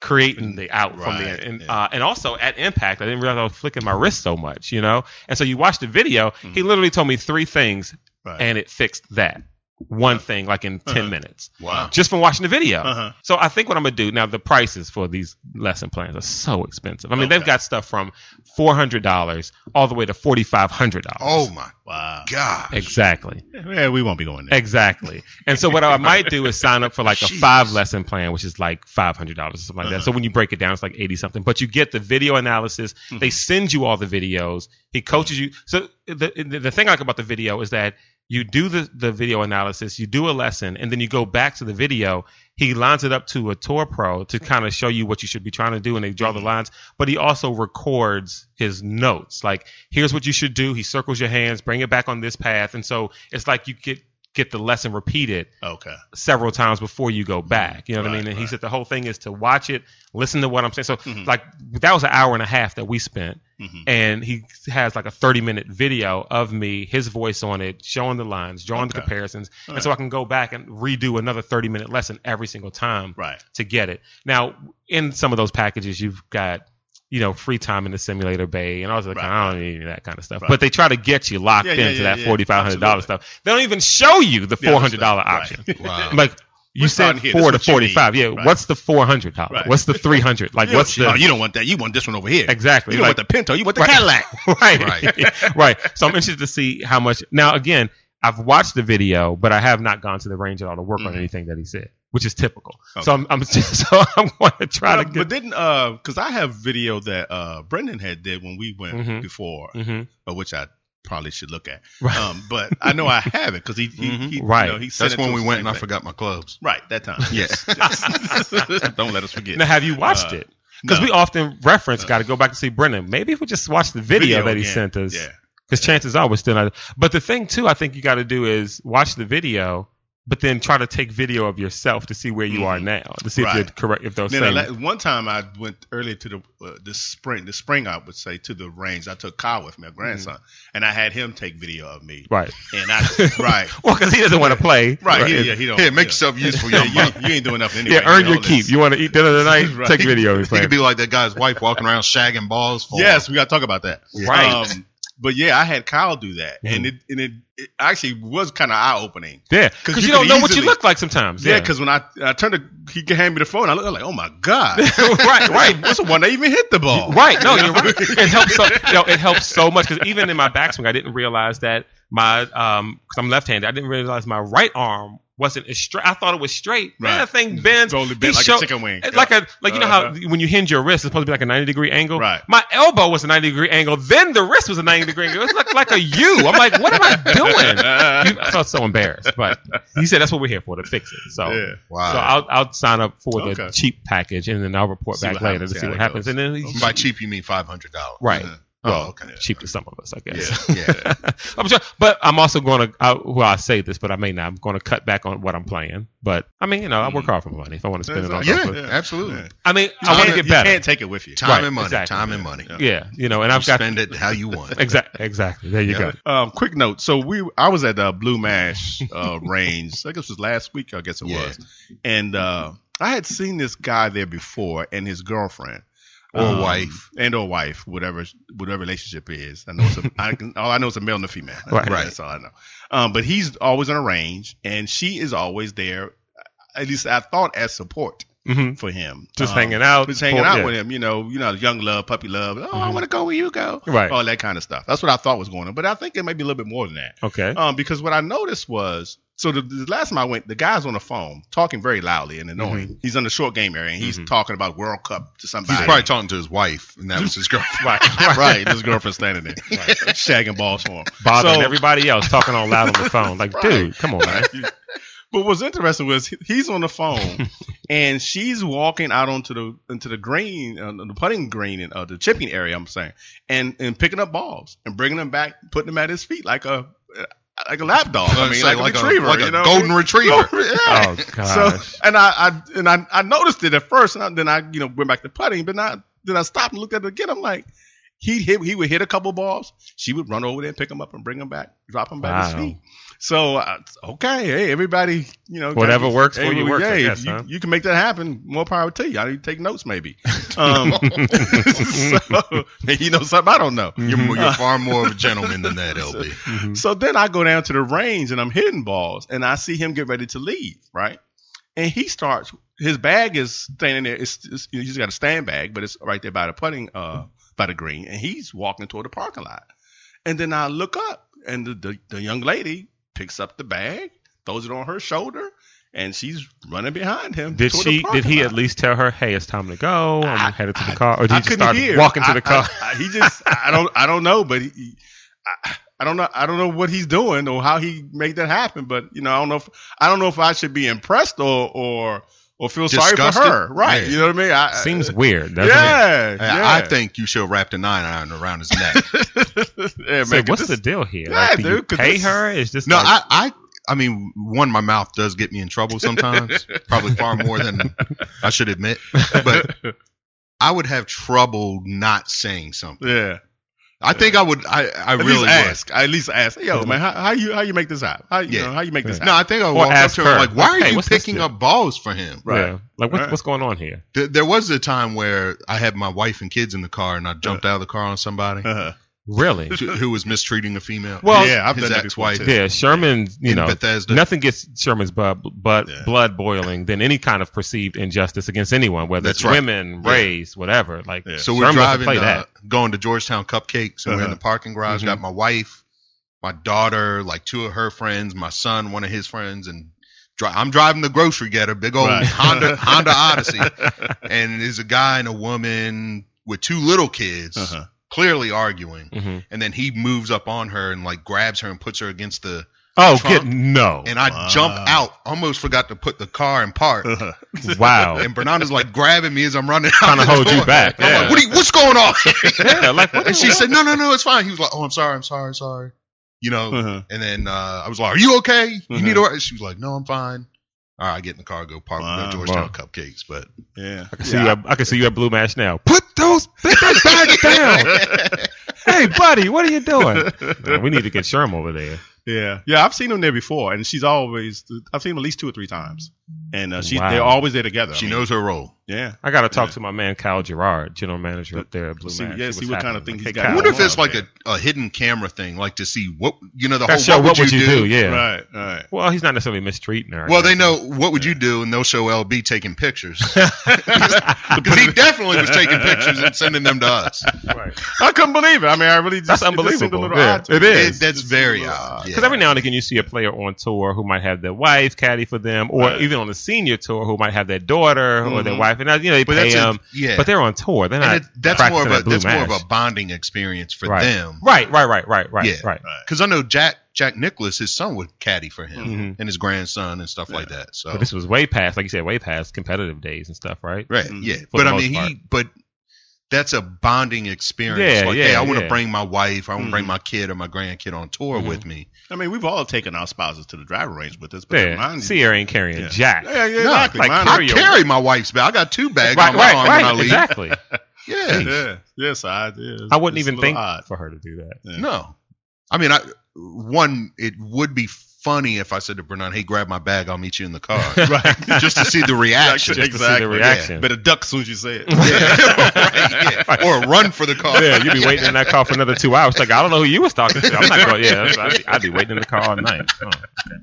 A: creating the out from the
C: Right,
A: and,
C: yeah.
A: uh, and also at impact, I didn't realize I was flicking my wrist so much, you know. And so you watch the video. He literally told me three things,
C: Mm-hmm. Right.
A: and it fixed that. one thing like in 10 minutes
B: Wow.
A: just from watching the video.
C: Uh-huh.
A: So I think what I'm gonna do now. The prices for these lesson plans are so expensive. I mean, they've got stuff from four hundred dollars all the way to forty five hundred
B: Oh
A: dollars.
B: my
C: Wow.
B: God.
A: exactly,
C: Yeah, we won't be going there.
A: exactly. And so what I might do is sign up for like a
B: Jeez.
A: five lesson plan, which is like five hundred dollars or something like that. So when you break it down, it's like eighty something. But you get the video analysis. They send you all the videos. He coaches you. So the the, the thing I like about the video is that. You do the, the video analysis, you do a lesson, and then you go back to the video he lines it up to a tour pro to kind of show you what you should be trying to do and they draw the lines but he also records his notes like here's what you should do he circles your hands bring it back on this path and so it's like you get get the lesson repeated
C: Okay.
A: several times before you go back you know what i mean and
C: Right,
A: he
C: right. Mm-hmm.
A: said the whole thing is to watch it listen to what i'm saying so like that was an hour and a half that we spent
C: Mhm.
A: and he has like a 30 minute video of me his voice on it showing the lines drawing the
C: Okay.
A: comparisons and so i can go back and redo another 30 minute lesson every single time
C: Right.
A: to get it. Now, in some of those packages, you've got you know free time in the simulator bay and all that. Kind of, I don't need any of that kind of stuff.
C: Right.
A: But they try to get you locked
C: Yeah, yeah,
A: into
C: yeah,
A: that
C: yeah.
A: forty five hundred dollars stuff. They don't even show you the
C: Yeah,
A: four
C: that's
A: hundred dollar
C: right.
A: option.
B: Wow.
A: Like you
C: We're
A: said
C: starting here.
A: four to
C: That's what you
A: forty five.
C: need.
A: Yeah,
C: Right.
A: what's the four hundred dollar?
C: Right.
A: What's the three hundred? Like what's the
C: oh, you don't want that. You want this one over here.
A: exactly?
C: You don't
A: Like-
C: want the Pinto. You want the
A: Right.
C: Cadillac.
A: [LAUGHS] right right so i'm interested to see how much now again i've watched the video but i have not gone to the range at all to work on
C: Mhm.
A: anything that he said which is typical
C: Okay.
A: so i'm, [LAUGHS] I'm so i'm going to try
C: But,
A: to get
C: but didn't uh because I have video that uh Brendan had did when we went
A: Mhm.
C: before,
A: Mhm.
C: uh, which I probably should look at.
A: Right.
C: Um, but I know I have it because he, he,
B: Mhm.
C: he you
A: Right.
C: know, he sent
B: That's
C: it to
B: when we
C: us
B: went
C: same
B: and I
C: day.
B: forgot my clubs.
C: Right that time.
B: Yeah.
C: Yes. [LAUGHS] Don't let us forget.
A: now have you watched
C: Uh,
A: it because
C: no. Uh.
A: we often reference got to go back to see brennan maybe if we just watch the video, that he
C: again.
A: sent us
C: Yeah.
A: because chances are we're still not but the thing too i think you got to do is watch the video but then try to take video of yourself to see where you are now to see
C: Mm-hmm.
A: if
C: Right.
A: you're correct if those
C: Then I
A: things
C: let- one time I went early to the uh, the spring the spring I would say to the range. I took Kyle with me, my grandson, and I had him take video of me.
A: Mm-hmm. right
C: And I
A: [LAUGHS]
C: right.
A: well because he doesn't want to play
C: [LAUGHS] Right, he- yeah, he don't.
B: Here, make
C: yeah.
B: yourself useful,
C: [LAUGHS] Yeah,
B: young
C: you,
B: buck.
C: you ain't doing nothing anyway.
A: Yeah, earn
C: You know
A: your
C: this.
A: keep. You want to eat
C: [LAUGHS]
A: dinner tonight?
C: Right.
A: Take video. of it,
B: He
A: man.
B: could be like that guy's wife walking around shagging balls for him.
C: Yes, we got to talk about that.
A: Right. Mm-hmm.
C: Um, but yeah, I had Kyle do that, and it and it, it actually was kind of eye opening.
A: yeah,
C: [LAUGHS] 'Cause
A: because
C: you
A: you, don't
C: could
A: know what you
C: easily-
A: look like sometimes.
C: Yeah, [LAUGHS] because when I I turned to he handed me the phone, I looked I was like, oh my
A: [LAUGHS] [LAUGHS]
C: god, [LAUGHS]
A: right, right.
C: what's the one that even hit the ball?
A: Right. No, you're
C: [LAUGHS]
A: right. It helps so, you know, it helps so much because even in my backswing, I didn't realize that my um because I'm left-handed, I didn't realize my right arm wasn't as straight. I thought it was straight. Man,
C: Right. Mm-hmm.
A: that thing bends.
C: Totally
A: He
C: bent like a
A: showed-
C: chicken wing.
A: it's Like a like you know how
C: Uh-huh.
A: when you hinge your wrist, it's supposed to be like a 90 degree angle.
C: Right.
A: My elbow was a 90 degree angle. Then the wrist was a 90 degree angle. It looked like a U. I'm like, what am I doing? you, I felt so embarrassed, but he said that's what we're here for to fix it. So,
C: Yeah.
B: Wow.
A: so I'll I'll sign up for the
C: Okay.
A: cheap package and then I'll report
C: See
A: back
C: what
A: later
C: happens,
A: to see
C: see how
A: what
C: that
A: happens.
C: goes.
A: And then he's
B: By cheap, you mean five hundred dollars,
A: Right.
B: Oh, okay.
A: cheap to some of us, I guess.
B: Yeah, yeah.
A: [LAUGHS] I'm sure, but I'm also going to. I, well, I say this, but I may not. I'm going to cut back on what I'm playing. But I mean, you know, I work
C: Mm.
A: hard for my money if I want to spend it on.
B: Yeah,
A: something.
B: absolutely.
C: Yeah.
A: I mean,
C: You
A: I want to
C: can't-
A: get
C: You
A: better.
C: can't take it with you.
B: Time
A: Right,
B: and money.
A: exactly.
B: Time and money. You
A: Yeah, you know, and I've got
B: spend it how you want.
A: exactly, exactly. There you go.
C: Um, quick note. So we, I was at uh, Blue Mash
A: [LAUGHS]
C: uh, Range. I guess it was last week. I guess it
B: Yeah.
C: was. And uh, I had seen this guy there before and his girlfriend
B: Or
C: Um,
B: wife.
C: and or wife, whatever whatever relationship is. I know it's a, I can, [LAUGHS] all I know is a male and a female.
A: Right.
B: Right.
C: That's all I know. Um, but he's always on a range, and she is always there. At least I thought as support
A: hmm
C: for him,
A: Just
C: Um,
A: hanging out,
C: just hanging
A: support,
C: out
A: Oh, yeah.
C: with him. You know, you know, young love, puppy love. Oh, I
A: Mhm.
C: want to go where you go.
A: Right.
C: All that kind of stuff. That's what I thought was going on. But I think it might be a little bit more than that.
A: Okay.
C: Um, because what I noticed was, so the, the last time I went, the guy's on the phone talking very loudly and annoying.
A: Mm-hmm.
C: He's on the short game area and he's talking about World Cup to somebody.
B: He's probably talking to his wife, and that was his girlfriend.
A: right.
C: [LAUGHS] right. His girlfriend
A: [LAUGHS]
C: standing there, shagging balls for him.
A: Bothering
C: So-
A: everybody else, talking on loud
C: [LAUGHS]
A: on the phone. Like, dude, come on, man.
C: But what's interesting was he- he's on
B: [LAUGHS]
C: the phone and she's walking out onto the into the green, uh, the putting green and uh, the chipping area. I'm saying, and and picking up balls and bringing them back, putting them at his feet like a like a lap dog. I mean,
B: Say
C: like, a retriever,
B: like a
C: you know?
B: golden retriever.
C: [LAUGHS] yeah.
A: Oh gosh.
C: So and I, I and I, I noticed it at first, and I, then I you know went back to putting, but not then I stopped and looked at it again. I'm like, he hit he would hit a couple balls, she would run over there and pick him up and bring him back, drop him back at his
A: Wow.
C: feet. So uh, okay, hey, everybody, you know,
A: Whatever
C: gotta-
A: works for you
C: well,
A: works, I
C: if
A: guess,
C: you,
A: huh?
C: you can make that happen. More power to you. I need to take notes,
A: [LAUGHS]
C: maybe. Um, [LAUGHS] so, [LAUGHS] you know something I don't know.
A: Mm-hmm.
B: You're, mo- you're far more of a gentleman than that, LB.
C: So then I go down to the range and I'm hitting balls and I see him get ready to leave, right? And he starts. His bag is standing there. It's, it's he's got a stand bag, but it's right there by the putting uh by the green, and he's walking toward the parking lot. And then I look up, and the, the, the young lady picks up the bag, throws it on her shoulder, and she's running behind him.
A: Did
C: toward the
A: she? Did
C: parking
A: he
C: lot.
A: at least tell her, "Hey, it's time to go. I'm
C: I-
A: headed to the car," or did
C: I
A: you just
C: couldn't
A: start
C: hear.
A: walking to
C: I-
A: the car?
C: I- I- he just I don't I don't know, but he, he- I, I don't know I don't know what he's doing or how he made that happen. But you know I don't know if I don't know if I should be impressed or or or feel
B: Disgusted?
C: sorry for her. Right?
B: Yeah.
C: You know what I mean? I, uh,
A: Seems weird.
C: yeah,
A: Doesn't It?
C: yeah.
B: I think you should wrap the nine iron around his
C: [LAUGHS]
B: neck.
C: yeah,
A: So
C: man, 'cause
A: what's
C: this-
A: the deal here?
C: Yeah,
A: like, do
C: dude,
A: you
C: 'cause
A: pay
C: this-
A: her? Is just
B: No,
A: like,
B: I, I, I mean, one, my mouth does get me in trouble sometimes, probably far more than I should admit. But I would have trouble not saying something.
C: yeah.
B: I think I would. I, I
C: At
B: really
C: least
B: would.
C: ask. At least ask. Yo,
A: Yeah.
C: man, how, how you how you make this happen? How you
B: Yeah.
C: know, how you make this
B: No, I think I would
A: Or
B: walk up
A: ask
B: to her
A: her,
B: like, "Why
A: like,
B: are
A: "Hey,
B: you
A: what's this
B: picking
A: deal?"
B: up balls for him?"
C: right.
A: Yeah. Like what's,
C: Right.
A: what's going on here?
B: There, there was a time where I had my wife and kids in the car, and I jumped out of the car on somebody
C: happen? Uh-huh.
A: Really?
B: who who was mistreating a female.
A: Well-
C: Yeah, I've
B: his
C: done that before,
B: ex-wife
C: too.
A: Yeah, Sherman. You
B: in
A: know,
B: Bethesda.
A: nothing gets Sherman's blood, but
C: Yeah.
A: blood boiling than any kind of perceived injustice against anyone, whether
B: That's
A: it's
B: right.
A: women,
B: Yeah.
A: race, whatever. Like
C: Yeah.
B: So we're
A: Sherman doesn't
B: driving,
A: play
B: uh,
A: that.
B: going to Georgetown Cupcakes, and we're in
C: Uh-huh.
B: the parking garage.
A: Mhm.
B: Got my wife, my daughter, like two of her friends, my son, one of his friends, and dri- I'm driving the grocery getter, big old
C: Right.
B: Honda Honda Odyssey,
C: Uh-huh.
B: and there's a guy and a woman with two little kids
C: Uh-huh.
B: clearly arguing,
A: Mhm.
C: Mm-hmm.
B: and then he moves up on her and like grabs her and puts her against the,
A: Oh,
B: Trump-
A: get no! Uh-huh.
B: and I
C: Wow.
B: jump out, almost forgot to put the car in
C: [LAUGHS]
B: park.
C: Uh-huh.
A: [LAUGHS] wow.
B: And Bernardo's like grabbing me as I'm running, out
A: Trying to
B: the
A: hold you
B: door.
A: back,
B: And I'm
A: yeah.
B: like, what are you, what's going on?
A: [LAUGHS] yeah, like what
B: And
A: the-
B: she said, "No, no, no, it's fine." He was like, "Oh, I'm sorry, I'm sorry, sorry." You know.
C: Uh-huh.
B: And then uh, I was like, "Are you okay? You
C: Mhm.
A: Uh-huh.
B: need a?" She was like, "No, I'm fine." All right, I get in the car, go park, we go
C: Wow.
B: to Georgetown
A: Wow.
B: cupcakes. But
A: [LAUGHS]
C: Yeah.
A: I can see you. At, I can see you at Blue Match now.
B: put those
C: [LAUGHS]
A: Put that bag down. hey, buddy, what are you doing? Man, we need to get Sherm over there.
C: Yeah, yeah, I've seen them there before, and she's always I've seen them at least two or three times, and uh, she
A: Wow.
C: they're always there
B: [LAUGHS]
C: together.
B: She
C: I mean,
B: knows her role.
C: Yeah,
A: I got to talk
C: Yeah.
A: to my man Kyle Gerard, general manager up there at Blue
C: See-
A: Match.
C: yeah, see
A: what's
C: what kind of
A: happening.
C: things
A: Like, hey,
C: he's got
B: I
A: Kyle,
B: wonder if
C: on,
B: it's like
C: man.
B: a, a hidden camera thing, like to see Oh, what you know the
A: That's
B: whole
A: your- what would you do? Yeah.
C: right, right.
A: Well, he's not necessarily mistreating her.
B: Well,
A: [LAUGHS]
B: they know what would you do, and they'll show LB taking pictures [LAUGHS] because he definitely was taking pictures and sending them to us.
A: Right.
C: I couldn't believe it. I mean, I really just
A: That's
C: it just seemed a
A: unbelievable.
C: little
A: Yeah,
C: odd to
A: it
C: me.
A: is.
B: It- that's very
C: Just a little
B: odd.
C: odd.
B: yeah.
A: Because every now and again you see a player on tour who might have their wife caddy for them, or
C: Right.
A: even on the senior tour who might have their daughter or their
C: Mhm.
A: wife, and uh, you know they
B: Mm-hmm. But
A: pay
B: that's a-
A: them.
B: yeah.
A: But they're on tour. They're not.
B: And it, that's more
A: practicing
B: of
A: at
B: a
A: Blue
B: that's more
A: Match.
B: of a bonding experience for
A: right.
B: them.
A: Right. Right. Right. Right. Right.
B: Yeah.
A: Right.
B: Because I know Jack Jack Nicholas, his son would caddy for him
A: Mhm.
B: and his grandson and stuff like that. So
A: But this was way past, like you said, way past competitive days and stuff, right?
B: right,
C: Mhm.
B: yeah.
A: the
B: But I
A: most
B: mean,
A: part.
B: he but that's a bonding experience.
A: Yeah,
B: like,
A: yeah,
B: hey, I want to
A: yeah. Mm-hmm.
B: bring my wife, I want to bring
C: Mhm.
B: my kid or my grandkid on tour with me.
C: I mean, we've all taken our spouses to the driving range with us, but
A: Yeah.
C: mine,
A: Sierra ain't carrying
C: Yeah.
A: jack.
C: yeah, yeah,
B: No,
C: exactly.
A: like,
C: mine,
A: carry
B: I
A: your-
B: carry my wife's bag. I got two bags
A: Right,
B: on my
A: right,
B: arm when I
A: right,
B: leave. [LAUGHS]
A: exactly.
B: Yeah,
C: yeah, yes, I, yeah,
A: I wouldn't
C: it's a
A: even
C: little
A: think
C: odd.
A: for her to do that.
C: Yeah.
B: no. I mean, I one it would be funny if I said to Bernard, "Hey, grab my bag. I'll meet you in
A: [LAUGHS]
B: the car,"
A: Right.
B: just to see the reaction.
A: Just to see
C: Exactly,
A: the
C: yeah.
A: reaction.
C: Better duck as soon as you say
A: [LAUGHS]
C: it.
B: Yeah. [LAUGHS] Right, yeah. Or run for the car.
A: Yeah, you'd be waiting in that car for another two hours. Like, I don't know who you was talking to. I'm not going. Yeah, that's- I'd be, I'd be waiting in the car all night. Oh, okay.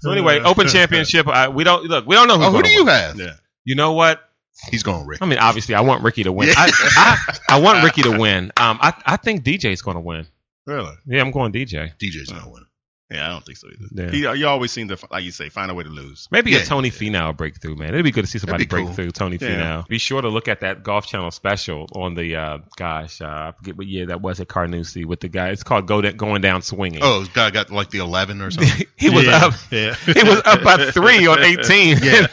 A: So anyway, Open Championship. I, we don't look. We don't know who.
B: Oh, who do you
A: Win.
B: have?
C: Yeah.
A: You know what?
B: He's going Rick.
A: I mean, obviously, I want Ricky to win.
B: Yeah.
A: I, I I want Ricky to win. Um, I I think DJ's going to win.
C: Really?
A: Yeah, I'm going DJ.
B: DJ's
A: Oh.
B: not winning.
C: Yeah, I don't think so either.
A: Yeah.
C: He, uh, you always seem to, like you say, find a way to lose.
A: Maybe
B: Yeah.
A: a Tony Finau breakthrough, man. It'd be good to see somebody
B: That'd be
A: break
B: cool.
A: through Tony
C: Yeah.
A: Finau. Be sure to look at that Golf Channel special on the uh, gosh, uh, I forget what year that was at Carnoustie with the guy. It's called Go Da- Going Down Swinging.
B: Oh, this guy got like the 11 or something.
A: [LAUGHS] he was
C: Yeah.
A: up. He was up by three on eighteen.
B: Yeah.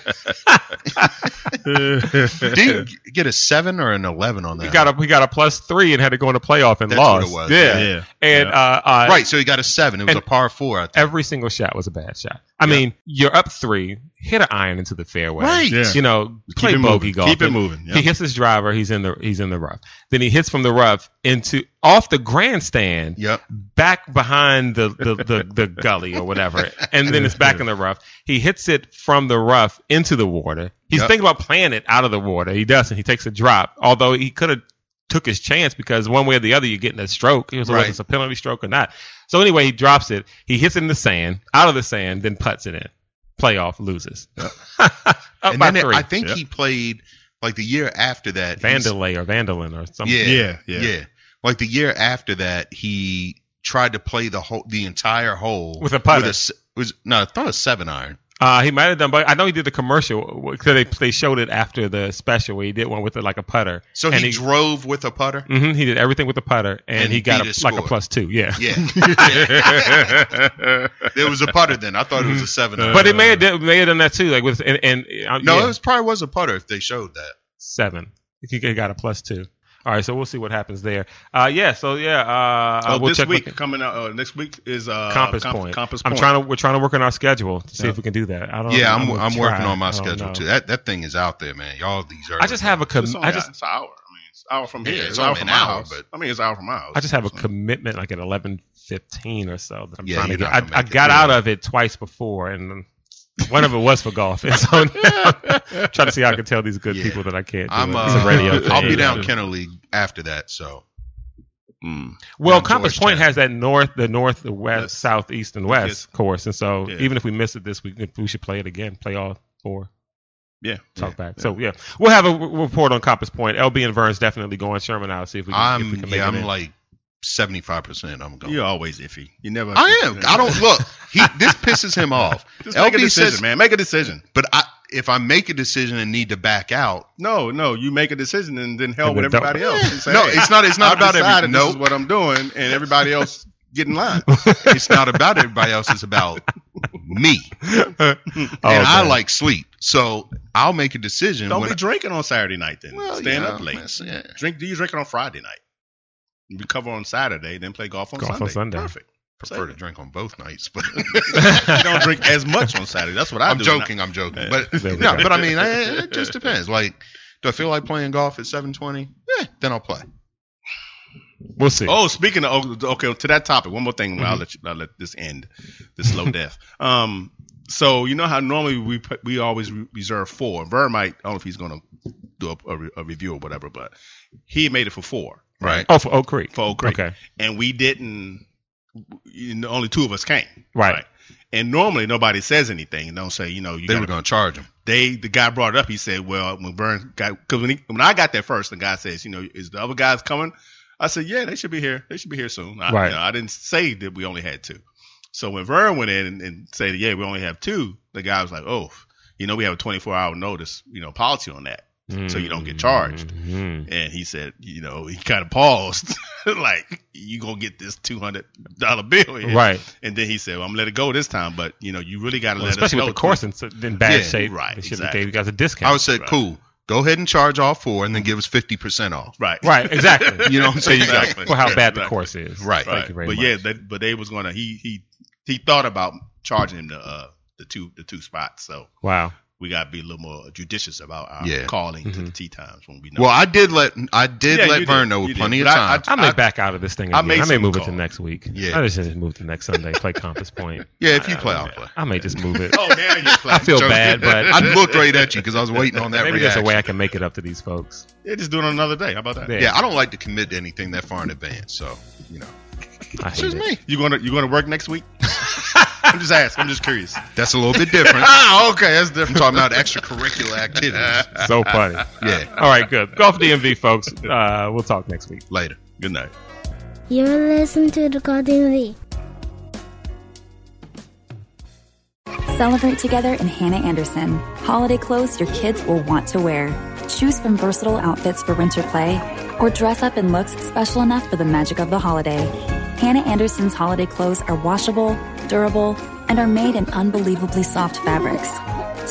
C: Yeah.
B: Did he get a 7 or an 11 on
A: [LAUGHS]
B: that?
A: he got a he got a plus three and had to go into playoff and
B: That's
A: lost.
B: what it was,
A: Yeah.
C: yeah.
A: And
C: Yeah.
A: Uh, uh,
B: Right, so he got a 7. It was
A: And-
B: a par 4. I think.
A: every single shot was a bad shot. I mean, you're up three, hit an iron into the fairway.
B: Right.
C: Yeah.
A: You know, play
C: Keep it
A: bogey
C: moving.
A: golf.
C: Keep it moving.
A: He
C: Yeah.
A: hits his driver. He's in the he's in the rough. Then he hits from the rough into off the grandstand
B: Yep.
A: back behind the the, the, the gully or whatever, and then it's back in the rough. He hits it from the rough into the water. He's
B: Yep.
A: thinking about playing it out of the water. He doesn't. He takes a drop, although he could have took his chance because one way or the other you're getting a stroke. It was
B: Right.
A: whether it's a penalty stroke or not. So anyway, he drops it. He hits it in the sand, out of the sand, then puts it in. Playoff loses. [LAUGHS] Up
B: and
A: by
B: then
A: three.
B: I think
A: Yeah.
B: he played like the year after that. he s-
A: Vandalay or Vandalin or something.
B: Yeah,
C: Yeah,
B: yeah,
C: yeah.
B: yeah, Like the year after that, he tried to play the whole, the entire hole
A: With a putter.
B: s- was no, I thought a seven iron.
A: Uh, he might have done, but I know he did the commercial because they they showed it after the special where he did one with like a putter.
B: So
A: and
B: he, drove with
A: [LAUGHS]
B: a putter.
A: hmm he did everything with the putter, and,
B: And
A: he got
B: beat
A: a,
B: his
A: like a
B: score.
A: plus two. Yeah.
B: Yeah, [LAUGHS]
C: [LAUGHS] Uh,
B: there was a putter then. I thought it was a seven iron.
A: Uh, But it may have done, may have done that too, like with and, and uh,
B: no,
A: yeah,
B: it was probably was a putter if they showed that.
A: seven. He could- he got a plus two. All right, so we'll see what happens there. Uh, yeah, so yeah, uh,
C: Oh,
A: uh, we'll
C: this
A: check
C: week
A: with-
C: coming out. Uh, next week is uh,
A: Compass
C: Comp-
A: Point.
C: Compass
A: I'm
C: Point.
A: trying to we're trying to work on our schedule to see if we can do that. I don't.
B: yeah, I'm
A: Oh, gonna
B: I'm working
A: try.
B: on my
A: I don't
B: schedule
A: know.
B: too. That that thing is out there, man. Y'all these are.
A: I just have a com-
C: It's only
A: I just
C: it's an hour. I mean, it's an hour from
B: Mm, Yeah,
C: here.
B: it's
C: It's an hour
B: only
C: from
B: an
C: my
B: hour,
C: house.
B: but-
C: I mean, it's an hour from my house.
A: I just have a
C: So-
A: commitment like at eleven fifteen or so that I'm
B: Yeah,
A: trying to
B: you're
A: get.
B: not
A: I,
B: gonna
A: I
B: make it,
A: got
B: yeah.
A: out of it twice before, and one of it was for golf, [LAUGHS] and so now I'm trying to see how I can tell these good
B: Yeah.
A: people that I can't. Do
B: I'm
A: it.
B: uh,
A: it's a radio
B: [LAUGHS] I'll
A: thing.
B: be down Kennel League after that. So
C: Mm.
A: Well,
B: down
A: Compass Point
B: Georgetown.
A: has that north, the north, the west,
C: Yes.
A: south, east, and west
C: Yes.
A: course, and so
C: Yeah.
A: even if we miss it this week, we should play it again. Play all four.
C: Yeah.
A: Talk back. So yeah, we'll have a r- report on Compass Point. LB and Vern's definitely going. Sherman out. See if we can. if we
B: I'm
A: can make
B: yeah,
A: it
B: I'm
A: in.
B: like seventy five percent. I'm going.
C: You're always iffy. You never.
B: I am. I don't look. He this pisses him off.
C: Just make a
B: LB
C: decision,
B: says-
C: man. Make a decision.
B: But I, if I make a decision and need to back out,
C: No, no. You make a decision and then hell
A: And
C: with
A: then don't-
C: everybody else. And say,
B: no,
C: hey,
B: it's not. It's not
C: I've
B: about
C: decided
B: everybody.
C: This is
B: No,
C: what I'm doing,
B: [LAUGHS]
C: and everybody else get in line.
B: it's not about everybody else. It's about me,
A: Oh,
B: and I
A: okay.
B: like sleep. So I'll make a decision.
C: Don't
B: when
C: be drinking on Saturday night. Then
B: I, well,
C: stand
B: yeah,
C: up late.
B: that's- yeah.
C: Drink. Do you drink it on Friday night? Recover on Saturday, then play golf on
A: Golf on Sunday.
C: Sunday. Perfect.
B: Prefer to drink on both nights,
C: [LAUGHS]
B: but [LAUGHS]
C: You don't drink as much on Saturday. That's what I
B: I'm
C: do.
B: joking. I'm joking. But
A: There we
B: no,
A: go.
B: but I mean, I, it just depends. Like, do I feel like playing golf at 7:20? Yeah, then I'll play.
A: [LAUGHS] We'll see.
C: Oh, speaking of okay, to that topic, one more thing. I'll let you, I'll let this end, this slow [LAUGHS] death. Um, so you know how normally we put, we always re- reserve four. Ver might I don't know if he's gonna do a, a, re- a review or whatever, but he made it for four
B: Right.
A: Oh, for Oak Creek.
C: for Oak Creek,
A: Okay.
C: and we didn't. You know, only two of us came.
A: Right.
C: And normally nobody says anything. Don't say you know you
B: They
C: gotta
B: were going to charge him.
C: they the guy brought it up. He said, "Well, when Vern got because when, he- when I got there first, the guy says, you know, is the other guys coming?" I said, "Yeah, they should be here. They should be here soon." I,
A: Right.
C: you know, I didn't say that we only had two. So when Vern went in and, and said, "Yeah, we only have two, the guy was like, "Oh, you know, we have a 24 hour notice, you know, policy on that." So you
A: Hmm.
C: don't get charged.
A: Mhm.
C: And he said, you know, he kind of paused, [LAUGHS] like, "You gonna get this 200 dollar bill?" here."
A: Right.
C: And then he said, well, "I'm gonna let it go this time, but you know, you really got to
A: Well,
C: let us
A: especially
C: know."
A: with the course in, s- in bad
B: Yeah,
A: shape.
C: right,
A: They should have
C: exactly.
A: gave you guys a discount.
B: I would say, cool. Go ahead and charge all four, and then give us 50% off.
C: Right.
A: Right, exactly.
C: [LAUGHS]
B: You know what I'm saying?
C: Exactly.
A: For how bad the
C: Right.
A: course is.
B: Right.
A: Thank you very
C: but
A: much.
C: yeah, that, but they was gonna he he he thought about charging him the uh the two the two spots. So
A: Wow.
C: we gotta be a little more judicious about our
B: Yeah.
C: calling to the
A: Mhm.
C: tea times when we know.
B: Well, I did let I did
C: Yeah, you
B: let Vern
C: did.
B: know
C: You
B: with
C: did.
B: plenty of
C: But I- I-
B: time.
A: I may
C: I-
A: back out of this thing
C: I
A: again.
C: made
A: I, may
C: some
A: move it to
C: calls.
A: next week.
B: Yeah.
A: I just just move to next Sunday, play Compass Point.
B: yeah, if you play, I'll play.
A: I may just move it.
C: [LAUGHS] oh, now
B: [LAUGHS]
C: you
A: I feel
B: Joking.
A: bad, but
B: I looked right at you because I was waiting
C: [LAUGHS]
B: on that
A: maybe there's
B: reaction.
A: a way I can make it up to these folks.
C: yeah, just do it on another day. How about that?
A: There.
B: Yeah, I don't like to commit to anything that far in advance. So, you know,
A: I
B: it's
A: hate
B: just
A: it.
B: me.
C: You gonna you gonna work
B: [LAUGHS]
C: next week? I'm just asking. I'm just curious.
B: That's a little bit
C: [LAUGHS]
B: different.
C: Oh,
B: ah, okay, that's different. I'm talking about extracurricular activities. [LAUGHS]
A: So
C: [LAUGHS]
A: funny.
B: Yeah,
A: All right, good. Golf DMV, folks. Uh, we'll talk next week.
B: later.
C: Good night.
D: You're listening to the Golden Lee.
E: Celebrate together in Hannah Anderson. Holiday clothes your kids will want to wear. Choose from versatile outfits for winter play or dress up in looks special enough for the magic of the holiday. Hannah Anderson's holiday clothes are washable, durable, and are made in unbelievably soft fabrics.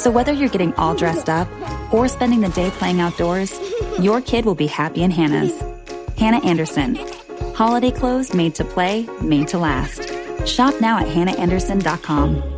E: So whether you're getting all dressed up or spending the day playing outdoors, your kid will be happy in Hannah's. Hannah Anderson. Holiday clothes made to play, made to last. Shop now at hannahanderson.com.